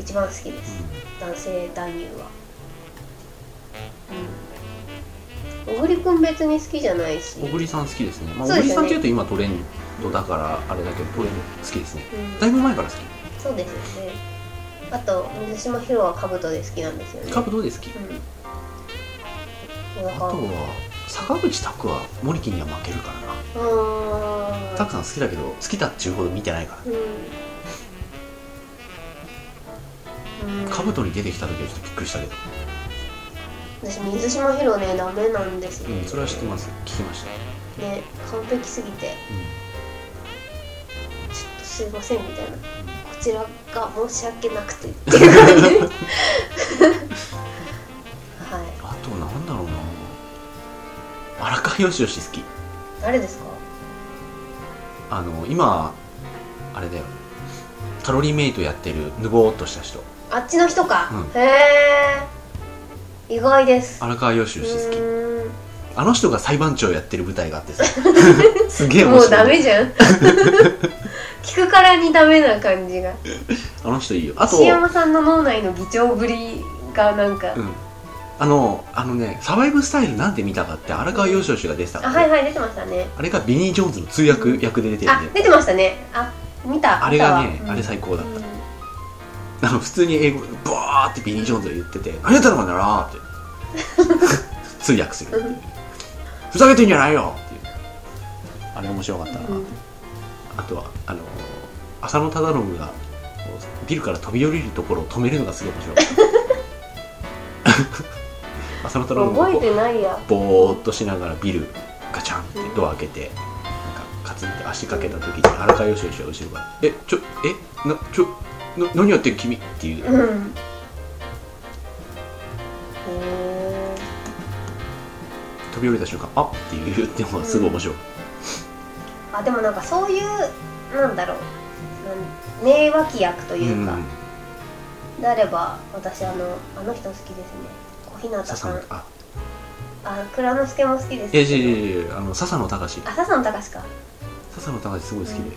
Speaker 2: 一番好きです、
Speaker 1: う
Speaker 2: 男性男優はうん小栗くん別に好きじゃないし
Speaker 1: ん、小栗さん好きですね、まあ、
Speaker 2: そ
Speaker 1: 小
Speaker 2: うです
Speaker 1: 栗さ
Speaker 2: よね
Speaker 1: んっていうと今トレンドだからあれだけどトレンド好きですね
Speaker 2: うん
Speaker 1: だいぶ前から好
Speaker 2: そうですよねあと水島ヒロは兜で好きなんですよね
Speaker 1: きカブどうで好き、
Speaker 2: うんなん
Speaker 1: あと
Speaker 2: かう
Speaker 1: は坂口拓は森木には負けるからな
Speaker 2: ーん
Speaker 1: 拓さん好きだけど好きだっちゅうほど見てないから
Speaker 2: うんうん
Speaker 1: カブトに出てきた時はちょっとびっくりしたけど、
Speaker 2: 私水島ヒロねダメなんですよ、
Speaker 1: うん、それは知ってます聞きました、
Speaker 2: ね完璧すぎてちょっとすいませんみたいなこちらが申し訳なくてっていう感じではい
Speaker 1: あとなんだろうな荒川よしよし好き
Speaker 2: 誰ですか
Speaker 1: あの今あれだよカロリーメイトやってるぬぼーっとした人
Speaker 2: あっちの人か、
Speaker 1: う
Speaker 2: へえ意外です
Speaker 1: 荒川よしよし好き
Speaker 2: う
Speaker 1: あの人が裁判長やってる舞台があ ってさすげえ
Speaker 2: ーんも
Speaker 1: 面
Speaker 2: うダ
Speaker 1: 白い
Speaker 2: メじゃん 聞くからにダメな感じが
Speaker 1: あの人いいよあと、
Speaker 2: 石山さんの脳内の議長ぶりがなんか、
Speaker 1: うん、あのあのねサバイブスタイルなんて見たかって荒川よしよしが出てたの
Speaker 2: あはいはい出てましたね
Speaker 1: あれがビニー・ジョーンズの通訳役で出てる
Speaker 2: あ
Speaker 1: んで
Speaker 2: 出てましたねあ見た
Speaker 1: あれがね
Speaker 2: 見たわ
Speaker 1: あれ最高だっ
Speaker 2: うん
Speaker 1: たあの普通に英語でバーってビニー・ジョーンズが言ってて「ありがとうならな」って通 訳するっていうふざけてんじゃないよっていうあれ面白かったな、
Speaker 2: うん
Speaker 1: あとはあの浅野忠信がこうビルから飛び降りるところを止めるのがすごい面 白かった浅野忠信が
Speaker 2: 覚え
Speaker 1: こ
Speaker 2: てないや
Speaker 1: うぼーっとしながらビルガチャンってドア開けてなんかカツンって足かけた時に荒川よしよしが後ろから「えちょえなちょな何やってん君」っていう
Speaker 2: うんへ
Speaker 1: 飛び降りた瞬間「あっ」っていうっていうのがすごい面白い、
Speaker 2: ーあでもなんかそういうなんだろうなん名脇役というか、
Speaker 1: うん
Speaker 2: であれば私あのあの人好きですね小日向さ
Speaker 1: 笹野
Speaker 2: ん
Speaker 1: あ
Speaker 2: あ蔵之介も好きです
Speaker 1: いや
Speaker 2: け
Speaker 1: い
Speaker 2: ど
Speaker 1: やいやいやあの笹野隆
Speaker 2: あ笹野隆か
Speaker 1: 笹野隆すごい好きで、
Speaker 2: うん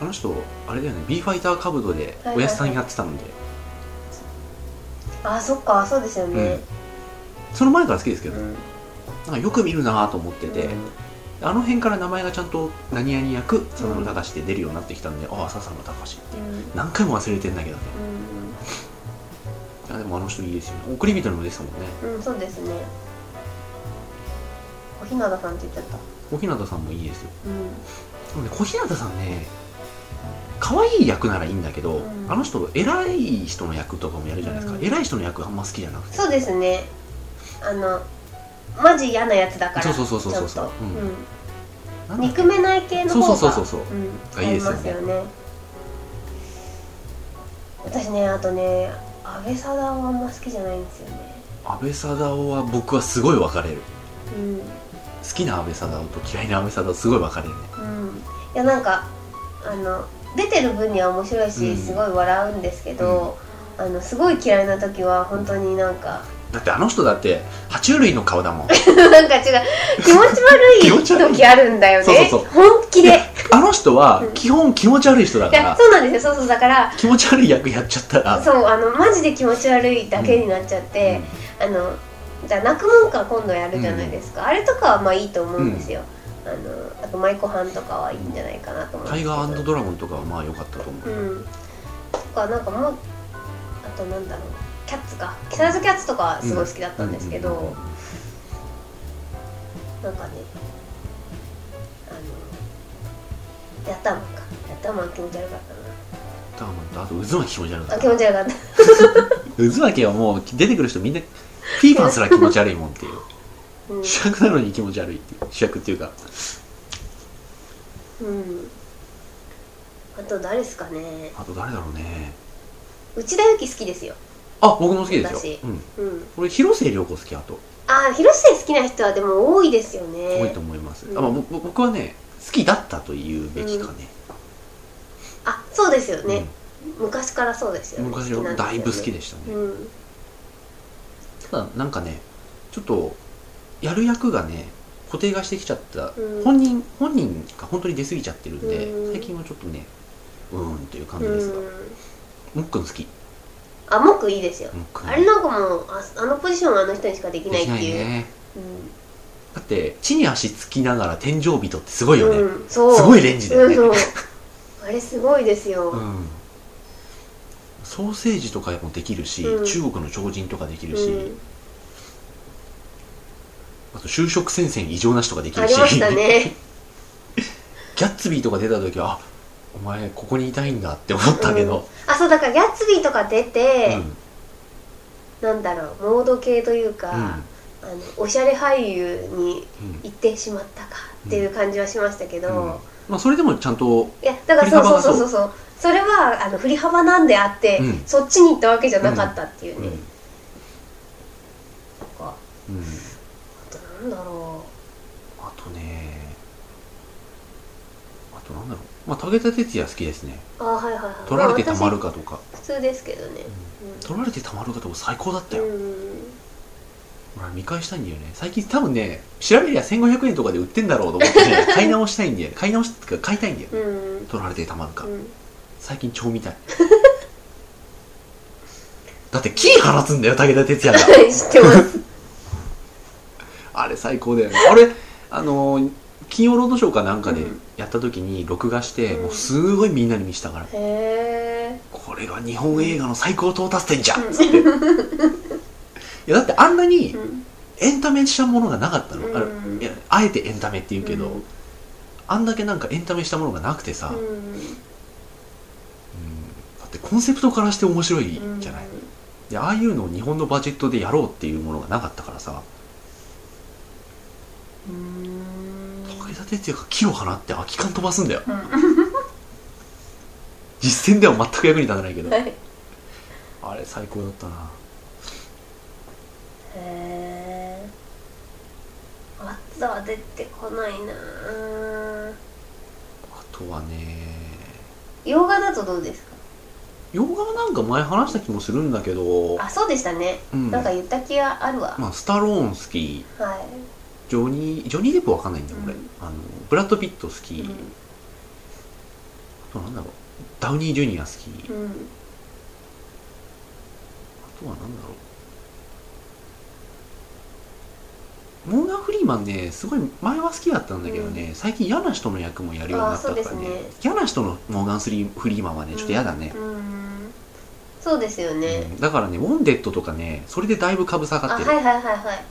Speaker 1: あの人あれだよね B ファイターカブドで
Speaker 2: はいはい
Speaker 1: おやすさんやってたので、
Speaker 2: あそっかそうですよね、
Speaker 1: その前から好きですけど、
Speaker 2: うん
Speaker 1: なんかよく見るなと思ってて、あの辺から名前がちゃんと何々役笹野隆って出るようになってきたんで、ああ笹野隆って
Speaker 2: うんうん
Speaker 1: 何回も忘れてんだけどねあでもあの人いいですよね送り人にも出てたもんね
Speaker 2: うん、うん、そうですね小日向さんって言っちゃった
Speaker 1: 小日向さんもいいですよ
Speaker 2: う
Speaker 1: でもね小日向さんね可愛い役ならいいんだけど、
Speaker 2: うん
Speaker 1: あの人偉い人の役とかもやるじゃないですか、
Speaker 2: うん
Speaker 1: 偉い人の役あんま好きじゃなく
Speaker 2: ん
Speaker 1: て
Speaker 2: そうですねあのマジ嫌なやつだから
Speaker 1: そうそうそうそうそう
Speaker 2: ちょっと
Speaker 1: うん
Speaker 2: うん
Speaker 1: なんだ
Speaker 2: 憎めない系の方が
Speaker 1: そうそうそうそうそうんがいいですよね
Speaker 2: 合ますよね私ねあとね阿部サダヲはあんま好きじゃないんですよね
Speaker 1: 安倍貞夫は僕はすごい分かれる
Speaker 2: うん
Speaker 1: 好きな安倍貞夫と嫌いな安倍貞夫すごい分かれるね
Speaker 2: うんいやなんかあの出てる分には面白いし、
Speaker 1: うん
Speaker 2: すごい笑うんですけど、あのすごい嫌いな時は本当になんか
Speaker 1: だってあの人だって爬虫類の顔だもん
Speaker 2: なんか違う気持ち悪い
Speaker 1: 気持ち悪い
Speaker 2: 時あるんだよね
Speaker 1: そうそうそう
Speaker 2: 本気でい
Speaker 1: あの人は
Speaker 2: うん
Speaker 1: 基本気持ち悪い人だか
Speaker 2: や
Speaker 1: ら
Speaker 2: そうなんですよそうそうだから
Speaker 1: 気持ち悪い役やっちゃったら
Speaker 2: そうあのマジで気持ち悪いだけになっちゃって、あのじゃあ泣くもんか今度やるじゃないですか、あれとかはまあいいと思うんですよ、あのあと舞妓飯とかはいいんじゃないかなと
Speaker 1: う
Speaker 2: 思
Speaker 1: ん
Speaker 2: うん
Speaker 1: タ
Speaker 2: です
Speaker 1: イ
Speaker 2: け
Speaker 1: ガー
Speaker 2: ど
Speaker 1: ドラゴンとかはまあ良かったと思う、
Speaker 2: うんとかなんかもうあとなんだろうキャッツか木更津キャッツとかすごい好きだったんですけど、
Speaker 1: うん
Speaker 2: なんかねあのやったもんかやったもん気持ち悪かっ
Speaker 1: ターマンとあと渦巻き気持ち悪
Speaker 2: たな
Speaker 1: か
Speaker 2: あ
Speaker 1: っ
Speaker 2: 気
Speaker 1: た
Speaker 2: 持ち悪かった
Speaker 1: 渦巻きはもう出てくる人みんなフィーファンすら気持ち悪いもんっていう
Speaker 2: うん
Speaker 1: 主役なのに気持ち悪いっていう主役っていうか
Speaker 2: うんあと誰ですかね
Speaker 1: あと誰だろうね
Speaker 2: 内田有紀好きですよ
Speaker 1: あ僕も好きですよ
Speaker 2: 私、
Speaker 1: うん、
Speaker 2: うん
Speaker 1: 俺広末涼子好きあと
Speaker 2: あー広末好きな人はでも多いですよね
Speaker 1: 多いと思います、
Speaker 2: うん
Speaker 1: あまあぼぼ僕はね好きだったと言うべきかね,
Speaker 2: あそうですよ
Speaker 1: うん、
Speaker 2: ね、昔からそうですよね
Speaker 1: 昔はだいぶ好き
Speaker 2: で
Speaker 1: でしたね、
Speaker 2: うん
Speaker 1: ただなんかねちょっとやる役がね固定化してきちゃった、
Speaker 2: うん
Speaker 1: 本人本人が本当に出過ぎちゃってるんで、
Speaker 2: うん
Speaker 1: 最近はちょっとねうーんという感じですが、
Speaker 2: うん
Speaker 1: もっくん好き
Speaker 2: あ文句いいですよ
Speaker 1: もっくん
Speaker 2: あれなんかもうああのポジションはあの人にしかでき
Speaker 1: で
Speaker 2: ないっ
Speaker 1: き
Speaker 2: て
Speaker 1: ない
Speaker 2: いう
Speaker 1: ねだって地に足つきながら天井人ってすごい
Speaker 2: うん
Speaker 1: よね、
Speaker 2: うんそう
Speaker 1: すごいレンジだよね、
Speaker 2: うんそうあれすごいですよ、
Speaker 1: うんソーセージとかもできるし、
Speaker 2: うん
Speaker 1: 中国の超人とかできるし、
Speaker 2: うん
Speaker 1: あと就職戦線異常なしとかでき
Speaker 2: あ
Speaker 1: る
Speaker 2: り
Speaker 1: し
Speaker 2: ましたね
Speaker 1: ギャッツビーとか出た時はあお前ここにいたいんだって思ったけど、
Speaker 2: あそうだからギャッツビーとか出
Speaker 1: うん
Speaker 2: て、なんだろうモード系という
Speaker 1: うん
Speaker 2: か、あのおしゃれ俳優に
Speaker 1: うん
Speaker 2: 行ってしまったかっていう感じはしましたけど、
Speaker 1: うんまあ、それでもちゃんと
Speaker 2: いやだか
Speaker 1: 振り
Speaker 2: らそう
Speaker 1: 幅
Speaker 2: そう
Speaker 1: が
Speaker 2: そうそうそうそれはあの振り幅なんであって、
Speaker 1: うん
Speaker 2: そっちに行ったわけじゃなかったっていう
Speaker 1: うん
Speaker 2: ね、なんか
Speaker 1: うん
Speaker 2: あとなんだろ
Speaker 1: あとねあとなんだろうまあ武田鉄矢好きですね
Speaker 2: うあはいはいはい
Speaker 1: 取られてたま
Speaker 2: あ
Speaker 1: るかとか、
Speaker 2: 私普通ですけどね
Speaker 1: 取られてたまるかとか最高だったよ、
Speaker 2: うん、うん
Speaker 1: 俺見返したいんだよね最近多分ね調べりゃ1500円とかで売ってんだろうと思ってね買い直したいんだよ買い直しっていうか買いたいんだよね、
Speaker 2: うんうん
Speaker 1: 取られてたまるか、
Speaker 2: うん
Speaker 1: 最近超見たい だってキー放つんだよ武田鉄矢が
Speaker 2: はい知って ます
Speaker 1: あれ最高だよねあれあのー金曜ロードショーかなんかで
Speaker 2: うん
Speaker 1: やった時に録画して、
Speaker 2: うん
Speaker 1: もうすごいみんなに見せたから、
Speaker 2: へえ
Speaker 1: これが日本映画の最高到達点じゃん、
Speaker 2: うん
Speaker 1: つっていやだってあんなに
Speaker 2: うん
Speaker 1: エンタメしたものがなかったの、あれ
Speaker 2: うん
Speaker 1: いやあえてエンタメって言うけど、
Speaker 2: うん
Speaker 1: あんだけなんかエンタメしたものがなくてさ、うんだってコンセプトからして面白いじゃない、でああいうのを日本のバジェットでやろうっていうものがなかったからさ
Speaker 2: うん
Speaker 1: 武田鉄矢が木を放って空き缶飛ばすんだよ
Speaker 2: うん
Speaker 1: 実践では全く役に立たないけど
Speaker 2: はいへ
Speaker 1: あれ最高だったな
Speaker 2: えあとは出てこないな
Speaker 1: あとはね
Speaker 2: 洋画だとどうですか
Speaker 1: 洋画なんか前話した気もするんだけど、
Speaker 2: あそうでしたね、
Speaker 1: うん
Speaker 2: なんか言った気があるわ、
Speaker 1: まあ、スタローン好き
Speaker 2: は
Speaker 1: ジョニージョニー・デップわかんないんだよ俺、
Speaker 2: うん
Speaker 1: あのブラッド・ピット好き、
Speaker 2: い、うん
Speaker 1: あとなんだろうダウニー・ジュニア好き、あ
Speaker 2: うん
Speaker 1: とはなんだろうモーガン・フリーマンねすごい前は好きだったんだけどね、最近嫌な人の役もやるようになったから
Speaker 2: あーそう
Speaker 1: ね
Speaker 2: ですね
Speaker 1: 嫌な人のモーガン・スリーフリーマンはねちょっと嫌だね、
Speaker 2: うんそうですよね、
Speaker 1: うんだからね、ウォンデッドとかね、それでだいぶ株下
Speaker 2: あ
Speaker 1: がっ
Speaker 2: はい
Speaker 1: てる。
Speaker 2: はいはいはい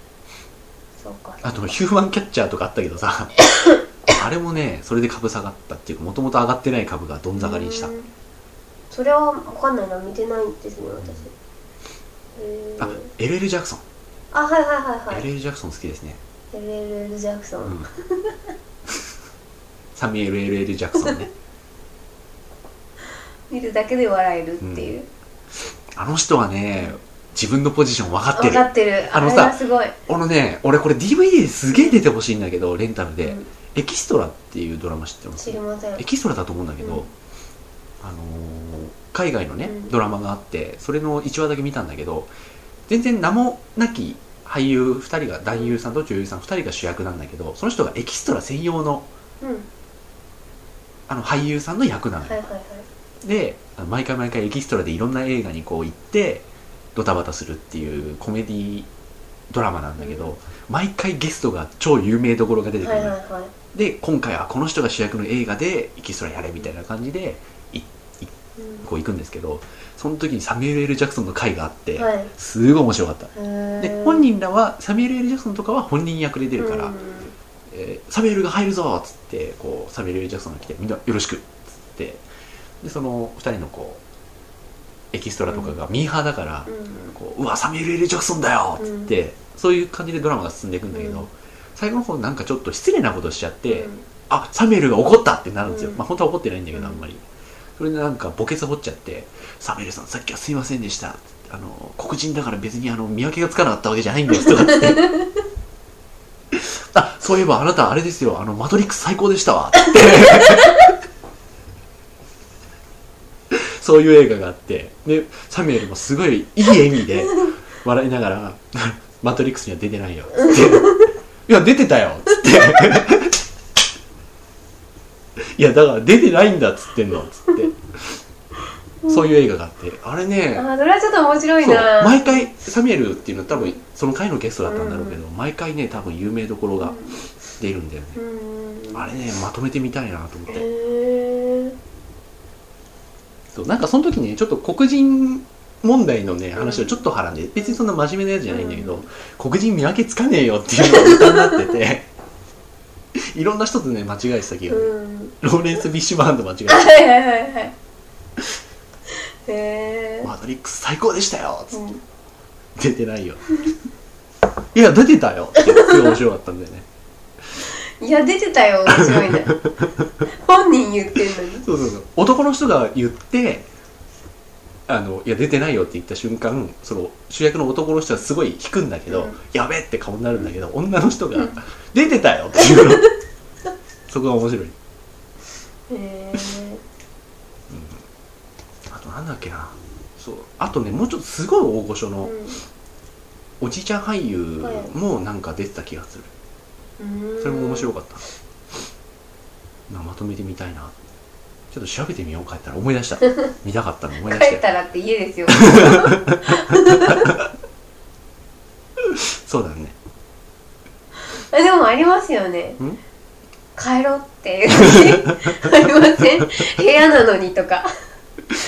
Speaker 2: そうか
Speaker 1: あと、ヒューマンキャッチャーとかあったけど さ、あれもね、それで株下がったっていうか、もともと上がってない株がどん下がりにした
Speaker 2: う。んそれは分かんないな見てないですね私へー
Speaker 1: あ、LL ジャクソン。
Speaker 2: あはいはいはいはい
Speaker 1: LL ジャクソン好きですね。
Speaker 2: LL ジャクソン、
Speaker 1: うん サミュエル・ LL ジャクソンね。
Speaker 2: 見るだけで笑えるっていう、
Speaker 1: あの人はね、自分のポジション分かって
Speaker 2: 分か
Speaker 1: る。
Speaker 2: ってる
Speaker 1: あ
Speaker 2: あ
Speaker 1: の
Speaker 2: れ
Speaker 1: さ
Speaker 2: がすごい、
Speaker 1: あのね、俺これ DVD ですげえ出てほしいんだけど、レンタルで。
Speaker 2: うん
Speaker 1: エキストラっていうドラマ知ってま
Speaker 2: 知
Speaker 1: す
Speaker 2: りません
Speaker 1: エキストラだと思うんだけど、
Speaker 2: うん
Speaker 1: あのー海外のね、
Speaker 2: うん
Speaker 1: ドラマがあってそれの1話だけ見たんだけど全然名もなき俳優2人が男優さんと女優さん2人が主役なんだけどその人がエキストラ専用の
Speaker 2: うん
Speaker 1: あの俳優さんの役なのよ、
Speaker 2: はいはいはい
Speaker 1: であの毎回毎回エキストラでいろんな映画にこう行ってドタバタするっていうコメディドラマなんだけど、毎回ゲストが超有名どころが出てく
Speaker 2: は
Speaker 1: る
Speaker 2: い
Speaker 1: の
Speaker 2: はい
Speaker 1: よ
Speaker 2: はい
Speaker 1: で今回はこの人が主役の映画でエキストラやれみたいな感じで
Speaker 2: うん
Speaker 1: こう行くんですけどその時にサミュエル・ L ジャクソンの回があって、
Speaker 2: はい
Speaker 1: すごい面白かったで
Speaker 2: で
Speaker 1: 本人らはサミュエル・ L ジャクソンとかは本人役で出るから、えーサミュエルが入るぞっつってこうサミュエル・L ジャクソンが来てみんなよろしくっつってでその2人のこうエキストラとかがミーハーだから、
Speaker 2: うん
Speaker 1: こううわサミュエル・ L ジャクソンだよっつって、そういう感じでドラマが進んでいくんだけど、
Speaker 2: うん
Speaker 1: 最後の方なんかちょっと失礼なことしちゃって、
Speaker 2: うん
Speaker 1: あサミュエルが怒ったってなるんですよ、
Speaker 2: うん
Speaker 1: まあ本当は怒ってないんだけど
Speaker 2: うん
Speaker 1: あんまり、それでなんか墓穴掘っちゃって「サミュエルさんさっきはすいませんでした」あの黒人だから別にあの見分けがつかなかったわけじゃないんですとかって あそういえばあなたあれですよあのマトリックス最高でしたわってそういう映画があってでサミュエルもすごいいい笑み で笑いながら 「マトリックスには出てないよ」つって「いや出てたよ」つって「いやだから出てないんだ」っつってんのつってそういう映画があってあれね
Speaker 2: あーそれはちょっと面白い
Speaker 1: そう
Speaker 2: な
Speaker 1: 毎回サミュエルっていうのは多分その回のゲストだったんだろうけど、毎回ね多分有名どころが出るんだよね、
Speaker 2: うんうん
Speaker 1: あれねまとめてみたいなと思って、
Speaker 2: へー
Speaker 1: そうなんかその時にねちょっと黒人問題のね話をちょっとはらんで別にそんな真面目なやつじゃないんだけど、
Speaker 2: うん
Speaker 1: 黒人見分けつかねえよっていうのが歌になって ていろんな人とね間違えてた気が、
Speaker 2: うん
Speaker 1: ローレンス・ビッシュバーンと間違えて
Speaker 2: はいはいはいはいへえ
Speaker 1: 「マトリックス最高でしたよ」つって
Speaker 2: うん
Speaker 1: 出て ないよいや出てたよってすごい面白かったんだよね
Speaker 2: いや出てたよ面白いね本人言ってんのに
Speaker 1: そうそうそう男の人が言ってあのいや出てないよって言った瞬間その主役の男の人はすごい引くんだけど、
Speaker 2: うん
Speaker 1: やべえって顔になるんだけど女の人が「出てたよ」っていうのそこが面白い
Speaker 2: へー
Speaker 1: あとなんだっけなそうあとねもうちょっとすごい大御所
Speaker 2: う
Speaker 1: の
Speaker 2: ん
Speaker 1: おじいちゃん俳優
Speaker 2: はい
Speaker 1: もなんか出てた気がするそれも面白かったなまとめてみたいなちょっと調べてみよう帰ったら思い出した見たかったの思い出した
Speaker 2: 帰
Speaker 1: よ
Speaker 2: ったらって家ですよ
Speaker 1: そうだね
Speaker 2: あでもありますよね
Speaker 1: ん
Speaker 2: 帰ろうっていう感じありません部屋なのにとか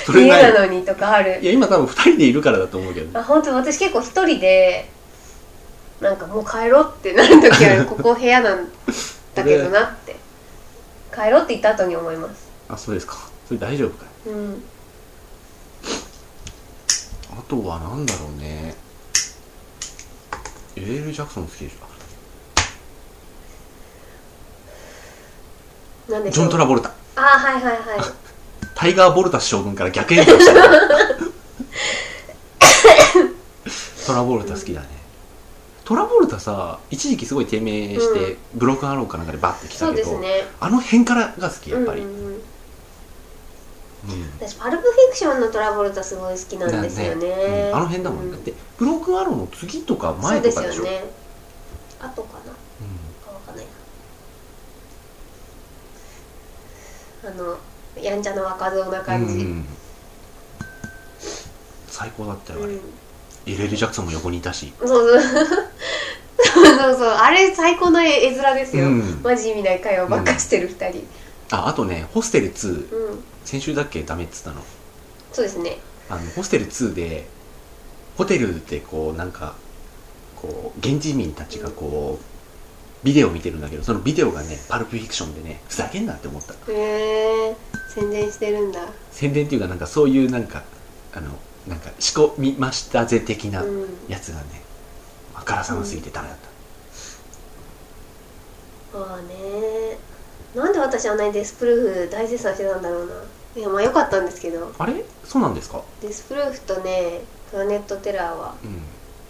Speaker 1: それ
Speaker 2: 家
Speaker 1: ない
Speaker 2: なのにとかある
Speaker 1: いや今多分2人でいるからだと思うけどね
Speaker 2: あ本当私結構一人でなんかもう帰ろうってなる 時あるここ部屋なんだけどなって帰ろうって言った後に思います
Speaker 1: あそうですかそれ大丈夫かい
Speaker 2: うん
Speaker 1: あとはなんだろうねエレール・ジャクソン好きでしょ
Speaker 2: なんで
Speaker 1: ジョン・トラボルタ
Speaker 2: ああはいはいはい
Speaker 1: タイガー・ボルタ将軍から逆演奏 したトラボルタ好きだねトラボルタさ一時期すごい低迷して、
Speaker 2: う
Speaker 1: ブロックアローかなんかでバッて来
Speaker 2: そ
Speaker 1: た
Speaker 2: う
Speaker 1: け
Speaker 2: で
Speaker 1: ど、
Speaker 2: すね
Speaker 1: あの辺からが好きやっぱり、
Speaker 2: うんうんうん私パルプフィクションのトラボルタすごい好きなんですよね
Speaker 1: うんあの辺だもん、
Speaker 2: う
Speaker 1: だってブロークンアローの次とか前とかでし
Speaker 2: そ
Speaker 1: ょう
Speaker 2: うですよねあとかなあわかんないなあのやんちゃな若造な感じ、
Speaker 1: ん、う
Speaker 2: うん
Speaker 1: ん、最高だったよあれ、エレル・ジャクソンも横にいたし
Speaker 2: そうそうそうそうそうあれ最高の絵面ですよ、
Speaker 1: うん
Speaker 2: マジ意味ない会話ばっかしてる二人
Speaker 1: ああとねホステル2
Speaker 2: うん、
Speaker 1: 先週だっけダメっつったの
Speaker 2: そうですね
Speaker 1: あのホステル2でホテルでこうなんかこう現地民たちがこうビデオ見てるんだけどそのビデオがねパルプフィクションでねふざけんなって思った
Speaker 2: へえ宣伝してるんだ
Speaker 1: 宣伝っていうかなんかそういうなんかあのなんか仕込みましたぜ的な
Speaker 2: うん
Speaker 1: やつがね、あからさま過ぎてダメだった、
Speaker 2: まあねなんで私あんなにデスプルーフ大絶賛してたんだろうないやまあ良かったんですけど
Speaker 1: あれそうなんですか
Speaker 2: デスプルーフとねプラネットテラーは
Speaker 1: うん、うん、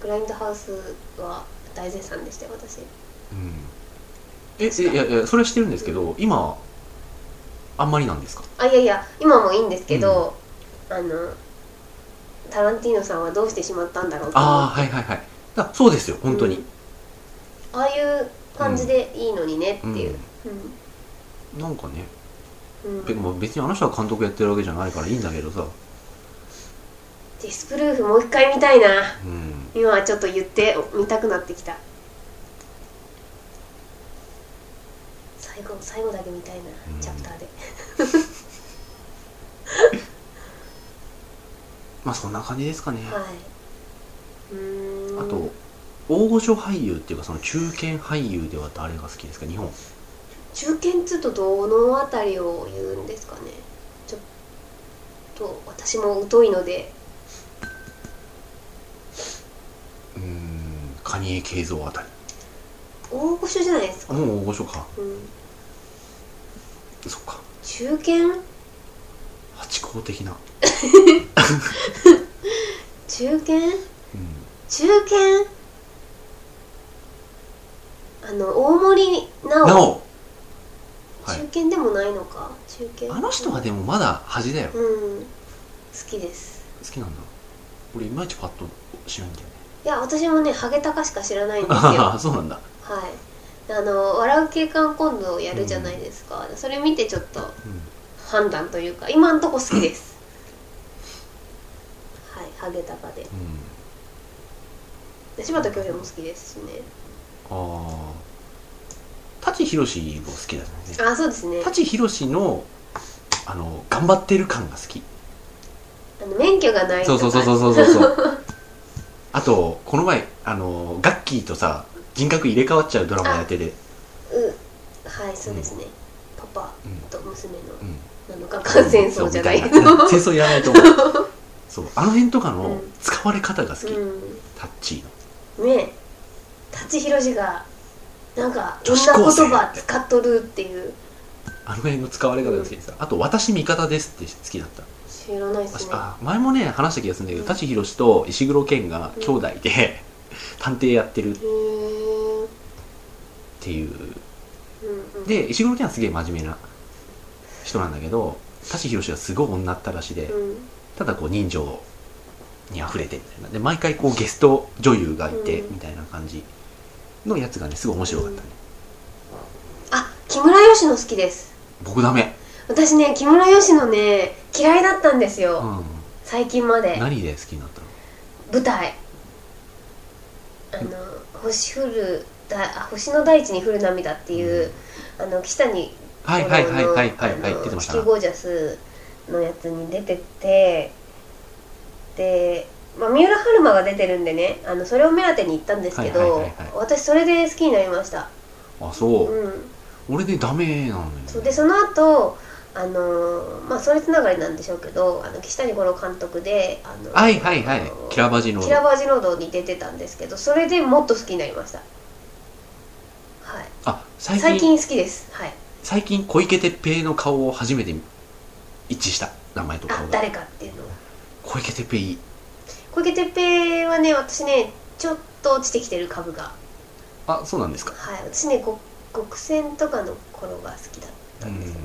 Speaker 2: グラインドハウスは大絶賛でしたよ私
Speaker 1: ええいやいやそれはしてるんですけど今あんまりなんですか
Speaker 2: あいやいや今もいいんですけど、あのタランティーノさんはどうしてしまったんだろうと思
Speaker 1: あ
Speaker 2: っ
Speaker 1: あはいはいはいだそうですよ
Speaker 2: て
Speaker 1: 本当に
Speaker 2: うん、ああいう感じでいいのにねっていう、
Speaker 1: うんなんかね
Speaker 2: うんうん
Speaker 1: でも別にあの人は監督やってるわけじゃないからいいんだけどさ、
Speaker 2: デスプルーフもう一回見たいな
Speaker 1: うん、
Speaker 2: 今はちょっと言って見たくなってきた最後最後だけ見たいな、
Speaker 1: うん
Speaker 2: チャプターで
Speaker 1: まあそんな感じですかね、
Speaker 2: はいうーん
Speaker 1: あと大御所俳優っていうかその中堅俳優では誰が好きですか日本
Speaker 2: 中堅っつうとどのあたりを言うんですかねちょっと私も疎いので
Speaker 1: うん蟹江慶三あたり
Speaker 2: 大御所じゃないです
Speaker 1: あ
Speaker 2: か、
Speaker 1: もう大御所か
Speaker 2: うん、
Speaker 1: そっか
Speaker 2: 中堅
Speaker 1: 八公的な、
Speaker 2: 中堅
Speaker 1: うん、
Speaker 2: 中堅あの大森直
Speaker 1: なおはい
Speaker 2: 中堅でもないのか中堅
Speaker 1: あの人はでもまだ恥だよ好
Speaker 2: うん好きです
Speaker 1: きなんだ俺いまいちパッとしないんだよね
Speaker 2: いや私もねハゲタカしか知らない んですよ
Speaker 1: ああそうなんだ
Speaker 2: はいあの笑う警官今度やるじゃないですか、それ見てちょっと
Speaker 1: うん
Speaker 2: 判断というか今んとこ好きですはいハゲタカで
Speaker 1: うん
Speaker 2: で柴田恭平も好きですしね
Speaker 1: ああ舘ひろしも好きだよね
Speaker 2: あそうですね
Speaker 1: 舘ひろしのあの頑張ってる感が好き
Speaker 2: あの免許がない
Speaker 1: そ
Speaker 2: と
Speaker 1: う
Speaker 2: か
Speaker 1: そうそうそうそうそうそう あとこの前あのガッキーとさ人格入れ替わっちゃうドラマやってて、
Speaker 2: うはいそうですね、パパ
Speaker 1: う
Speaker 2: と娘の
Speaker 1: んうん、
Speaker 2: 7日間戦争じゃない
Speaker 1: そう
Speaker 2: の
Speaker 1: みたいな戦争やらないと 思うそうあの辺とかの
Speaker 2: うん
Speaker 1: 使われ方が好き、
Speaker 2: う
Speaker 1: タッチーの
Speaker 2: んね舘ひろしがなんか
Speaker 1: 女
Speaker 2: 女
Speaker 1: 子高生
Speaker 2: 言葉使っとるっていう
Speaker 1: あの辺の使われ方が好きでさあと「私味方です」って好きだった
Speaker 2: 知らないですね
Speaker 1: あ前もね話した気がするんだけど
Speaker 2: うん
Speaker 1: 舘ひろしと石黒賢が兄弟で 探偵やってるっ
Speaker 2: へえ
Speaker 1: ていう
Speaker 2: うんうん
Speaker 1: で石黒賢はすげえ真面目な人なんだけど舘ひろしはすごい女ったらしで
Speaker 2: うん
Speaker 1: ただこう人情にあふれてみたいなで毎回こうゲスト女優がいて
Speaker 2: うん
Speaker 1: みたいな感じのやつがねすごい面白かったね
Speaker 2: あ木村佳乃好きです
Speaker 1: 僕ダメ
Speaker 2: 私ね木村佳乃ね嫌いだったんですよ、
Speaker 1: うん
Speaker 2: 最近まで
Speaker 1: 何で好きになったの
Speaker 2: 舞台あの星降るだあ星の大地に降る涙っていう、あの岸谷
Speaker 1: はいはいはいはいはいは
Speaker 2: あの
Speaker 1: い出てまし
Speaker 2: 地
Speaker 1: た
Speaker 2: 球
Speaker 1: な
Speaker 2: ゴージャスのやつに出ててで、まあ、三浦春馬が出てるんでねあのそれを目当てに行ったんですけど、
Speaker 1: はいはいはいはい
Speaker 2: 私それで好きになりました
Speaker 1: あそう
Speaker 2: うん
Speaker 1: 俺ねダメなのよね
Speaker 2: そうでその後あのーまあそれつながりなんでしょうけどあの岸谷五郎監督で「あの
Speaker 1: はいはいはい
Speaker 2: あの
Speaker 1: キラバジの
Speaker 2: キラバージロード」に出てたんですけどそれでもっと好きになりましたはい
Speaker 1: あ最近
Speaker 2: 最近好きですはい
Speaker 1: 最近小池徹平の顔を初めて一致した名前と
Speaker 2: あ
Speaker 1: 顔が
Speaker 2: 誰かっていうの
Speaker 1: 小池徹平いい
Speaker 2: 小池徹平はね私ねちょっと落ちてきてる株が
Speaker 1: あそうなんですか
Speaker 2: はい私ねご極戦とかの頃が好きだった
Speaker 1: うん
Speaker 2: んですよね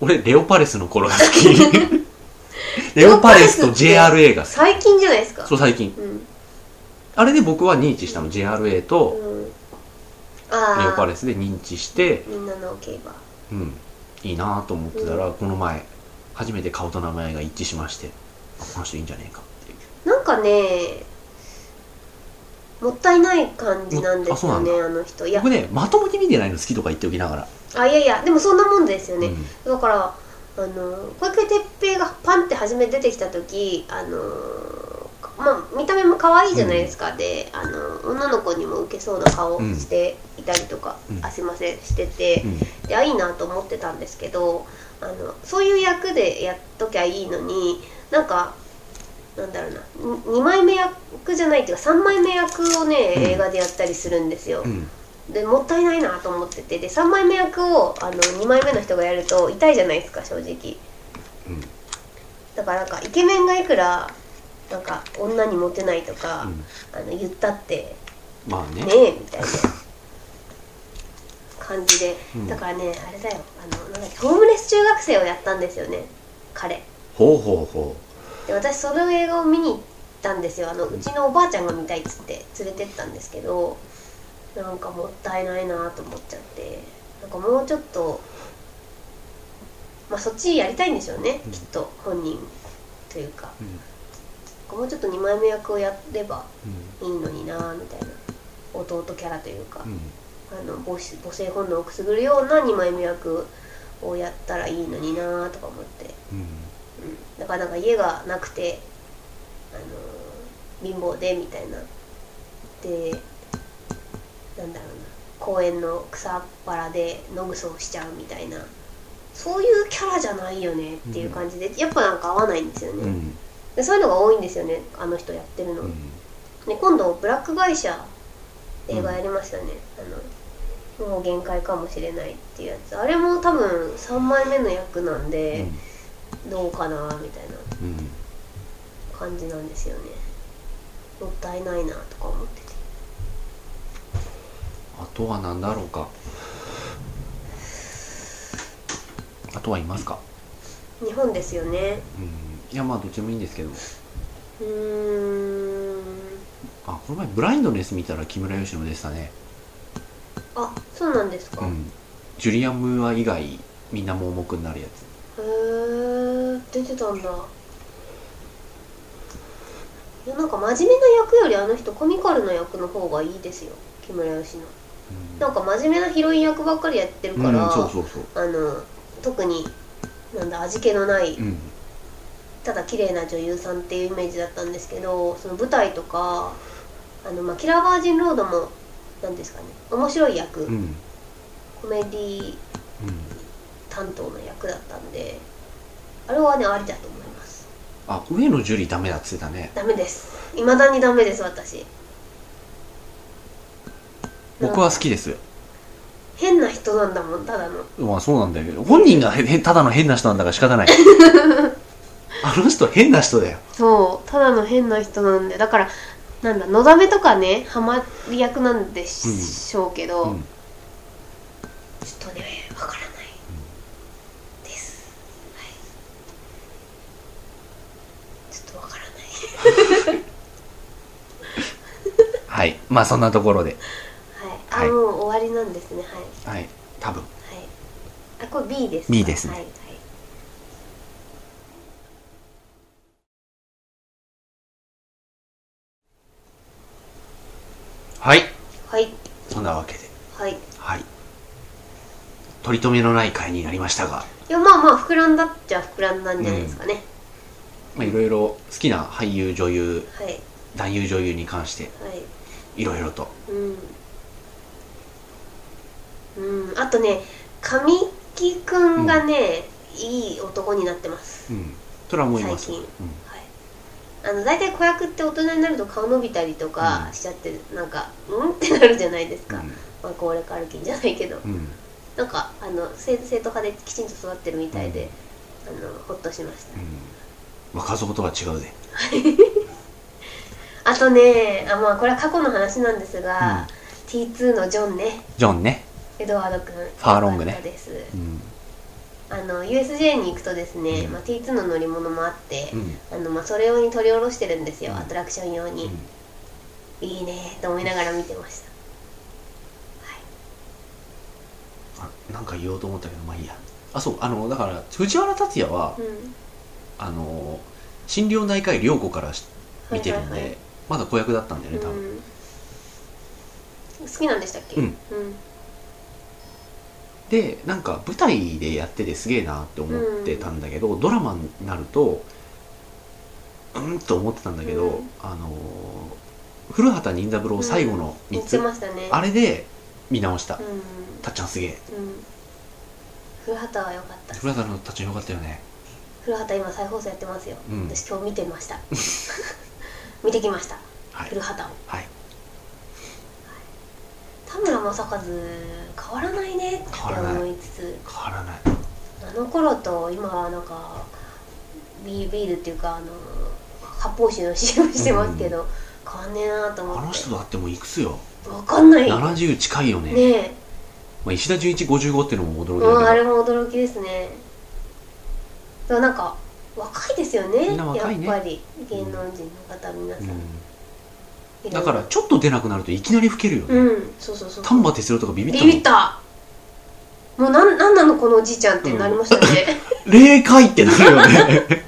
Speaker 1: 俺レオパレスの頃が好き レオパレスと JRA が好
Speaker 2: 最近じゃないですか
Speaker 1: きそう最近
Speaker 2: うん
Speaker 1: あれで僕は認知したの JRA と
Speaker 2: うんああ
Speaker 1: レオパレスで認知して
Speaker 2: みんなの競馬
Speaker 1: うんいいなと思ってたらこの前初めて顔と名前が一致しましてあこの人いいんじゃねえかっていう
Speaker 2: なんかねもったいない感じなんですよね
Speaker 1: も
Speaker 2: あの人いや
Speaker 1: 僕ねまともに見てないの好きとか言っておきながら、
Speaker 2: あいやいやでもそんなもんですよね、
Speaker 1: うん
Speaker 2: だからあの小池徹平がパンって初め出てきた時あのまあ、見た目も可愛いじゃないですか、であの女の子にも受けそうな顔をしていたりとか、
Speaker 1: うん
Speaker 2: あすいませんしてて、
Speaker 1: うん
Speaker 2: であいいなと思ってたんですけどあのそういう役でやっときゃいいのになんかなんだろうな2枚目役じゃないっていうか3枚目役をね、
Speaker 1: うん
Speaker 2: 映画でやったりするんですよ
Speaker 1: う、ん
Speaker 2: でもったいないなと思っててで3枚目役をあの2枚目の人がやると痛いじゃないですか正直
Speaker 1: うん
Speaker 2: だからなんかイケメンがいくらなんか女にモテないとか、
Speaker 1: うん
Speaker 2: あの言ったって
Speaker 1: まあね
Speaker 2: ねえみたいな感じで、
Speaker 1: うん
Speaker 2: だからねあれだよあのなんだっけホームレス中学生をやったんですよね彼
Speaker 1: ほうほうほ
Speaker 2: で私その映画を見に行ったんですよあのうちのおばあちゃんが見たいっつって連れてったんですけどなんかもったいないなと思っちゃってなんかもうちょっとまあそっちやりたいんでしょうね、
Speaker 1: うん
Speaker 2: きっと本人というか
Speaker 1: う、うん
Speaker 2: もうちょっと2枚目役をやれば
Speaker 1: うん
Speaker 2: いいのになみたいな弟キャラというか、
Speaker 1: うん
Speaker 2: あの母子母性本能をくすぐるような2枚目役をやったらいいのになとか思って
Speaker 1: うん
Speaker 2: うんなかなか家がなくて、あのー貧乏でみたいなでなんだろうな公園の草っ原で野ぐそをしちゃうみたいなそういうキャラじゃないよねっていう感じで、やっぱなんか合わないんですよね、
Speaker 1: うん
Speaker 2: でそういうのが多いんですよねあの人やってるの、
Speaker 1: うん
Speaker 2: で今度ブラック会社映画やりましたね、あのもう限界かもしれないっていうやつあれも多分3枚目の役なんで、どうかなみたいな
Speaker 1: うん
Speaker 2: 感じなんですよねもったいないなとか思ってて
Speaker 1: あとは何だろうかあとはいますか
Speaker 2: 日本ですよね
Speaker 1: うんいやまあどっちでもいいんですけど
Speaker 2: うーん
Speaker 1: あこの前ブラインドネス見たら木村佳乃でしたね
Speaker 2: あそうなんですか、
Speaker 1: う
Speaker 2: へ
Speaker 1: んジュリアン・ムーア以外みんな盲目になるやつ
Speaker 2: え出てたんだいやなんか真面目な役よりあの人コミカルな役の方がいいですよ木村佳乃なんか真面目なヒロイン役ばっかりやってる
Speaker 1: うん
Speaker 2: か
Speaker 1: う
Speaker 2: ら、
Speaker 1: んそうそうそう
Speaker 2: あの特になんだ味気のない、
Speaker 1: うん
Speaker 2: ただ綺麗な女優さんっていうイメージだったんですけどその舞台とかあの、まあ、キラーバージンロードも何ですかね面白い役、
Speaker 1: うんうん
Speaker 2: コメディ担当の役だったんであれはねありだと思います
Speaker 1: あ上野樹里ダメだっつってたね
Speaker 2: ダメです未だにダメです私
Speaker 1: 僕は好きですよ
Speaker 2: 変な人なんだもんただの
Speaker 1: まあそうなんだけど本人がへただの変な人なんだから仕方 ないあの人変な人だよ
Speaker 2: そうただの変な人なんでだからなんだのだめとかねハマり役なんでしょうけど、
Speaker 1: うん
Speaker 2: ちょっとねわからないです、はい、ちょっとわからな
Speaker 1: はいまあそんなところで
Speaker 2: いはい
Speaker 1: はい
Speaker 2: あ、もう終わりなんですねはいは
Speaker 1: はい多分
Speaker 2: いあこれ B ですか
Speaker 1: B ですね
Speaker 2: はいはい
Speaker 1: はい
Speaker 2: はい
Speaker 1: そんなわけで
Speaker 2: はいい
Speaker 1: はい取り留めのない回になりましたが
Speaker 2: やまあまあ膨らんだっちゃ膨らんだんじゃないですかね、
Speaker 1: まあいろいろ好きな俳優女優
Speaker 2: はい
Speaker 1: 男優女優に関して
Speaker 2: はい
Speaker 1: いろいろと
Speaker 2: うん、うん、あとね神木くんがね、いい男になってます、
Speaker 1: うんそれは思います
Speaker 2: 最近
Speaker 1: うん
Speaker 2: はいあの大体子役って大人になると顔伸びたりとか
Speaker 1: うん
Speaker 2: しちゃって、なんかうん ってなるじゃないですか、
Speaker 1: うん
Speaker 2: まあ、高齢化歩きんじゃないけど、
Speaker 1: うん
Speaker 2: なんかあの生生徒派できちんと育ってるみたいで、あのほっとしました、
Speaker 1: うん若造とは違うぜ
Speaker 2: あとねあまあこれは過去の話なんですが、T2 のジョンね
Speaker 1: ジョンね
Speaker 2: エドワード君
Speaker 1: ファーロングね
Speaker 2: 良かったです
Speaker 1: うん
Speaker 2: あの USJ に行くとですね、
Speaker 1: うん
Speaker 2: まあ、T2 の乗り物もあって
Speaker 1: う、ん
Speaker 2: あのまあ、それ用に取り下ろしてるんですよ、
Speaker 1: うん
Speaker 2: アトラクション用に、いいねと思いながら見てました
Speaker 1: あなんか言おうと思ったけどまあいいやあそうあのだから藤原竜也は、
Speaker 2: うん
Speaker 1: あの心療内科医良子からし見てるんで、
Speaker 2: はいはいはい
Speaker 1: まだ子役だったんだよね多分、
Speaker 2: うん、好きなんでしたっけ
Speaker 1: うんでなんか舞台でやっててすげえなって思ってたんだけど、ドラマになるとうんと思ってたんだけど、
Speaker 2: うん
Speaker 1: あの古畑任三郎最後の
Speaker 2: 言
Speaker 1: 3
Speaker 2: っ
Speaker 1: つ、
Speaker 2: てましたね
Speaker 1: あれで見直した、
Speaker 2: うん
Speaker 1: たっちゃんすげえ
Speaker 2: うん古畑は良かった
Speaker 1: 古畑のたっちゃんよかったよね
Speaker 2: 古畑今再放送やってますよ、
Speaker 1: うん
Speaker 2: 私今日見てました 見てきました
Speaker 1: はい
Speaker 2: 古畑を
Speaker 1: はい
Speaker 2: 田村正和変わらないねって
Speaker 1: 変わらない
Speaker 2: 思いつつ
Speaker 1: 変わらない
Speaker 2: あの頃と今はなんかビービールっていうかあの発泡酒の CM してますけど、変わんねえなと思って
Speaker 1: あの人だってもういくつよ
Speaker 2: わかんないね
Speaker 1: 70近いよね
Speaker 2: え
Speaker 1: まあ、石田純一55っていうのも驚き
Speaker 2: うん、あ
Speaker 1: だけ
Speaker 2: れも驚きですねでもなんか若いですよね
Speaker 1: みんな若いね
Speaker 2: やっぱり芸能人の方皆さん
Speaker 1: ど、、う
Speaker 2: い
Speaker 1: ん、だ
Speaker 2: ろいろ
Speaker 1: からちょっと出なくなるといきなり老けるよね、
Speaker 2: うんそうそうそう
Speaker 1: 丹波哲郎とかビビったも
Speaker 2: ビ
Speaker 1: ん
Speaker 2: ビったもうなんなんなのこのおじいちゃんってなりましたね、
Speaker 1: 霊界ってなるよね、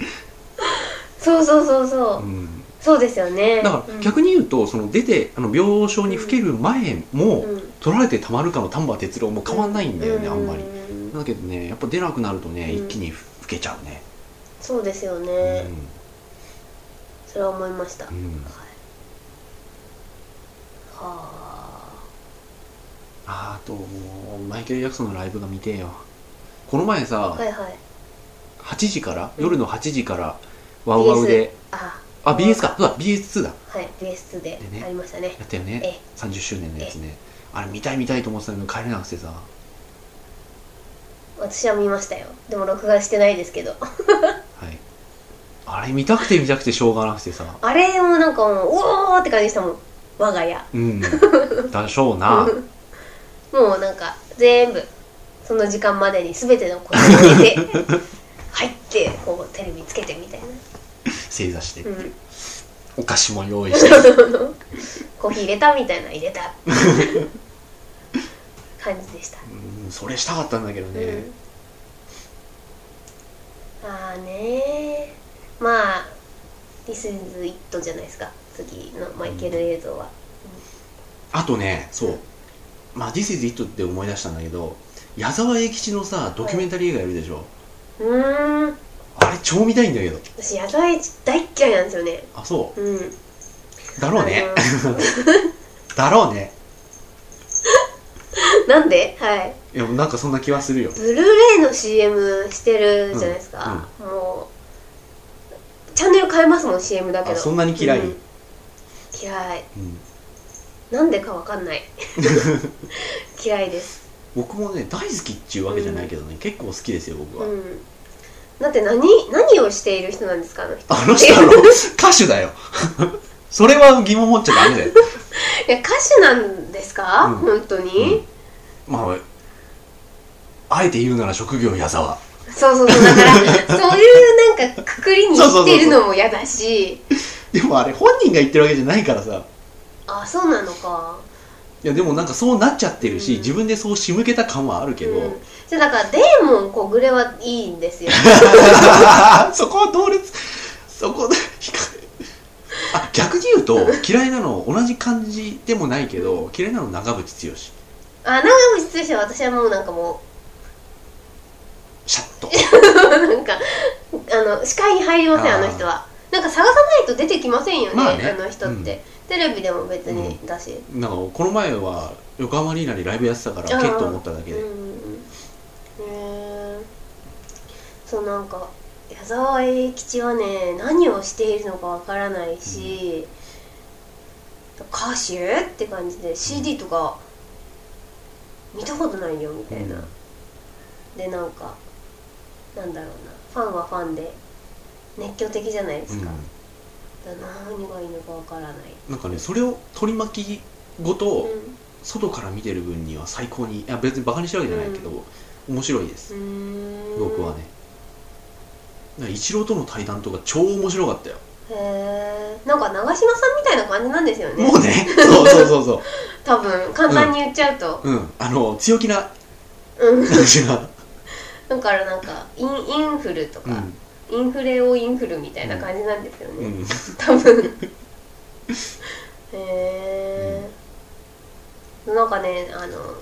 Speaker 2: そうそうそうそう、
Speaker 1: うん、
Speaker 2: そうですよね
Speaker 1: だから逆
Speaker 2: に
Speaker 1: に言うとその出てあの病床に老ける前も、
Speaker 2: うん
Speaker 1: 取られてたまるかの丹波哲郎も変わんないんだよね、
Speaker 2: う
Speaker 1: あんまり
Speaker 2: う
Speaker 1: だけどねやっぱ出なくなるとね、
Speaker 2: うん
Speaker 1: 一気に老けちゃうね、
Speaker 2: そうですよね、それは思いました、
Speaker 1: うんうん
Speaker 2: はいは
Speaker 1: あーあともうマイケル・ジャクソンのライブが見てえよこの前
Speaker 2: あ
Speaker 1: さ
Speaker 2: はいはい
Speaker 1: 8時から
Speaker 2: うん
Speaker 1: 夜の8時からワウワウで
Speaker 2: あ
Speaker 1: あ BS かそうだ BS2 だ
Speaker 2: はい BS2 で
Speaker 1: でね
Speaker 2: ありましたね
Speaker 1: やったよ
Speaker 2: え
Speaker 1: ね
Speaker 2: え
Speaker 1: 30周年のやつねあれ見たい見たいと思ってたけど帰れなくてさ
Speaker 2: 私は見ましたよでも録画してないですけど
Speaker 1: はいあれ見たくて見たくてしょうがなくてさ
Speaker 2: あれもなんかもうおおって感じでしたもん我が家
Speaker 1: うん だしょうな
Speaker 2: もうなんか全部その時間までに全てのことを入 れて入ってこうテレビつけてみたいな、
Speaker 1: 正座して
Speaker 2: うん、
Speaker 1: お菓子も用意して
Speaker 2: コーヒー入れたみたいな入れた感じでした、
Speaker 1: うんそれしたかったんだけどね
Speaker 2: うん、ああねーまあ「This is It」じゃないですか次のマイケル映像は、
Speaker 1: あとねそうまあ「This is It」って思い出したんだけど矢沢永吉のさドキュメンタリー映画やるでしょ
Speaker 2: うーん
Speaker 1: あれ超見たいんだけど
Speaker 2: 私矢沢永吉大っ嫌いなんですよね
Speaker 1: あそ
Speaker 2: うん
Speaker 1: うだろうね
Speaker 2: あの
Speaker 1: だろうね
Speaker 2: なんではい
Speaker 1: いやなんかそんな気はするよ
Speaker 2: ブルーレイの CM してるじゃないですか、もうチャンネル変えますもん CM だけ
Speaker 1: あ
Speaker 2: ど
Speaker 1: そんなに嫌い、
Speaker 2: うん嫌い
Speaker 1: うん
Speaker 2: なんでかわかん ない嫌いです
Speaker 1: 僕もね大好きっていうわけじゃないけどね、結構好きですよ僕は、
Speaker 2: うんだって何何をしている人なんですかあの人
Speaker 1: あの人の 歌手だよそれは疑問持っちゃダメだ よ、
Speaker 2: いや歌手なんですか、
Speaker 1: うん
Speaker 2: 本当に、
Speaker 1: うんまああえて言うなら職業矢沢
Speaker 2: そうそうそうだから そういうなんかくくりにしてるのも嫌だし
Speaker 1: でもあれ本人が言ってるわけじゃないからさ
Speaker 2: あそうなのか
Speaker 1: いやでもなんかそうなっちゃってるし、
Speaker 2: うん
Speaker 1: 自分でそう仕向けた感はあるけど、
Speaker 2: うん、じゃあだからデーモン小暮はいいんですよ
Speaker 1: そこは同列そこで惹かれあ逆に言うと嫌いなの同じ感じでもないけど嫌いなの長渕剛シ
Speaker 2: あ長渕剛は私はもうなんかも
Speaker 1: ャッと
Speaker 2: う なんかあの視界に入りませんあ
Speaker 1: あー
Speaker 2: の人はなんか探さないと出てきませんよね,、
Speaker 1: まあ
Speaker 2: あ
Speaker 1: ね
Speaker 2: の人って、テレビでも別にだし、
Speaker 1: なんかこの前は横浜アリーナでライブやってたから
Speaker 2: あー
Speaker 1: けっと思っただけ
Speaker 2: うん
Speaker 1: で
Speaker 2: うんへえそうなんか矢沢永吉はね何をしているのかわからないし、歌手って感じで CD とか見たことないよみたいな、でなんかなんだろうなファンはファンで熱狂的じゃないですか、
Speaker 1: うん
Speaker 2: だから何がいいのかわからない、
Speaker 1: なんかねそれを取り巻きごと
Speaker 2: うん
Speaker 1: 外から見てる分には最高にいや別にバカにしてるわけじゃないけど、面白いです
Speaker 2: うーん
Speaker 1: 僕はねだからイチローとの対談とか超面白かったよ、
Speaker 2: へえんか長嶋さんみたいな感じなんですよね
Speaker 1: もうねそうそうそうそ
Speaker 2: 多分簡単に言っちゃうと、
Speaker 1: ううんあの強気な
Speaker 2: うん、
Speaker 1: 感じが、
Speaker 2: だからなんかインインフルと
Speaker 1: う
Speaker 2: か、
Speaker 1: ん
Speaker 2: インフレをインフルみたいな感じなんですよね、
Speaker 1: うん、
Speaker 2: 多分へえ、なんかねあの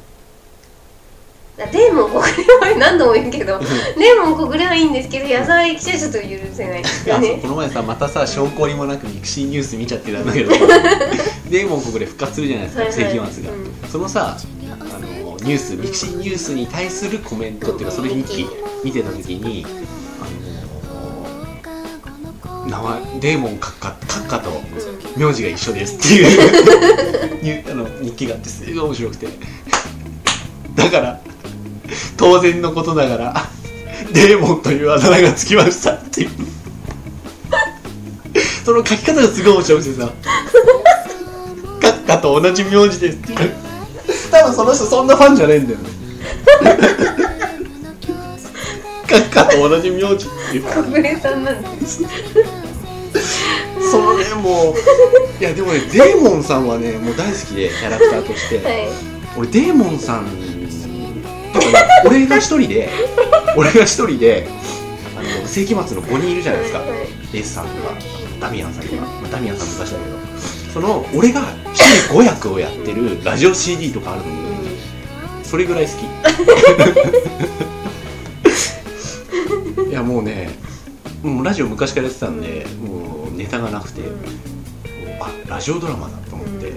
Speaker 2: あデーモン小暮は何度も言うけどデーモン小暮はいいんですけど矢沢駅舎ちょっと許せないですよ
Speaker 1: あそう
Speaker 2: ね
Speaker 1: この前さまたさ証拠りもなくミクシーニュース見ちゃってたんだ けどデーモンここで復活するじゃないです
Speaker 2: は
Speaker 1: か
Speaker 2: いはい
Speaker 1: 正規マンスが、
Speaker 2: うん
Speaker 1: そのさあのニュースミクシーニュースに対するコメントっていうかそれ日記見てた時にあの名前デーモン閣下閣下と名字が一緒ですっていう にあの日記があってすごい面白くてだから当然のことながらデーモンというあだ名がつきましたっていうその書き方がすごい面白くてさ「閣下と同じ名字です」っていう多分その人そんなファンじゃないんだよね閣下と同じ名字っていう
Speaker 2: 小暮さんなんだ
Speaker 1: そのねもういやでもねデーモンさんはねもう大好きでキャラクターとして、
Speaker 2: はい
Speaker 1: 俺デーモンさんとかね俺が一人で俺が一人であの世紀末の5人いるじゃないですか
Speaker 2: はいはい
Speaker 1: エースさんとかダミアンさんとか、まあ、ダミアンさん昔だけどその俺が一人5役をやってるラジオ CD とかあるのよそれぐらい好きいやもうねもうラジオ昔からやってたんでもうネタがなくて、あラジオドラマだと思って、
Speaker 2: う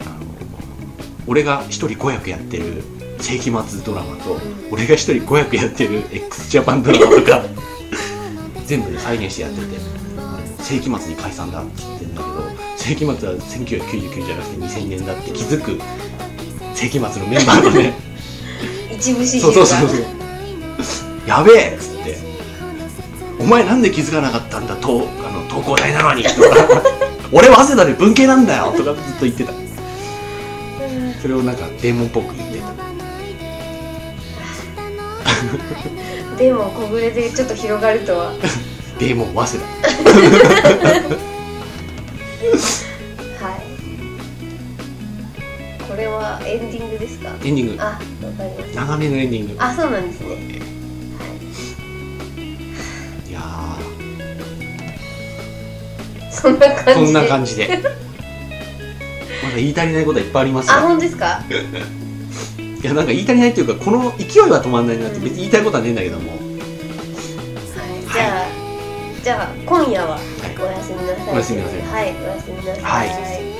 Speaker 1: あの俺が一人子役やってる世紀末ドラマと、
Speaker 2: うん
Speaker 1: 俺が一人子役やってる x ジャパンドラマとか 全部で再現してやってて世紀末に解散だって言ってんだけど世紀末は1999じゃなくて2000年だって気づく世紀末のメンバーのね
Speaker 2: うん一部始
Speaker 1: そう
Speaker 2: 終
Speaker 1: そう
Speaker 2: が
Speaker 1: そうそうやべえっつって「お前なんで気づかなかったんだとあの東工大なのに」と か「俺は早稲田で文系なんだよ」とかずっと言ってた
Speaker 2: うん
Speaker 1: それをなんかデーモンっぽく言ってた
Speaker 2: デーモン小暮でちょっと広がるとは
Speaker 1: デーモン早稲田
Speaker 2: はい。これはエンディングですか。
Speaker 1: エンディング
Speaker 2: あ、わかりました。
Speaker 1: 長めのエンディング
Speaker 2: あ、そうなんですね。
Speaker 1: いやー
Speaker 2: そんな感じで。
Speaker 1: こんな感じで まだ言い足りないことはいっぱいあります
Speaker 2: あ、
Speaker 1: よ
Speaker 2: 本当ですか。
Speaker 1: いやなんか言い足りないっていうかこの勢いは止まんないなって別に言いたいことはねえんだけども、
Speaker 2: はい。じゃあ、じゃあ今夜は
Speaker 1: はい
Speaker 2: おやすみなさい。
Speaker 1: おやすみなさい
Speaker 2: はい、おやすみなさい。
Speaker 1: はい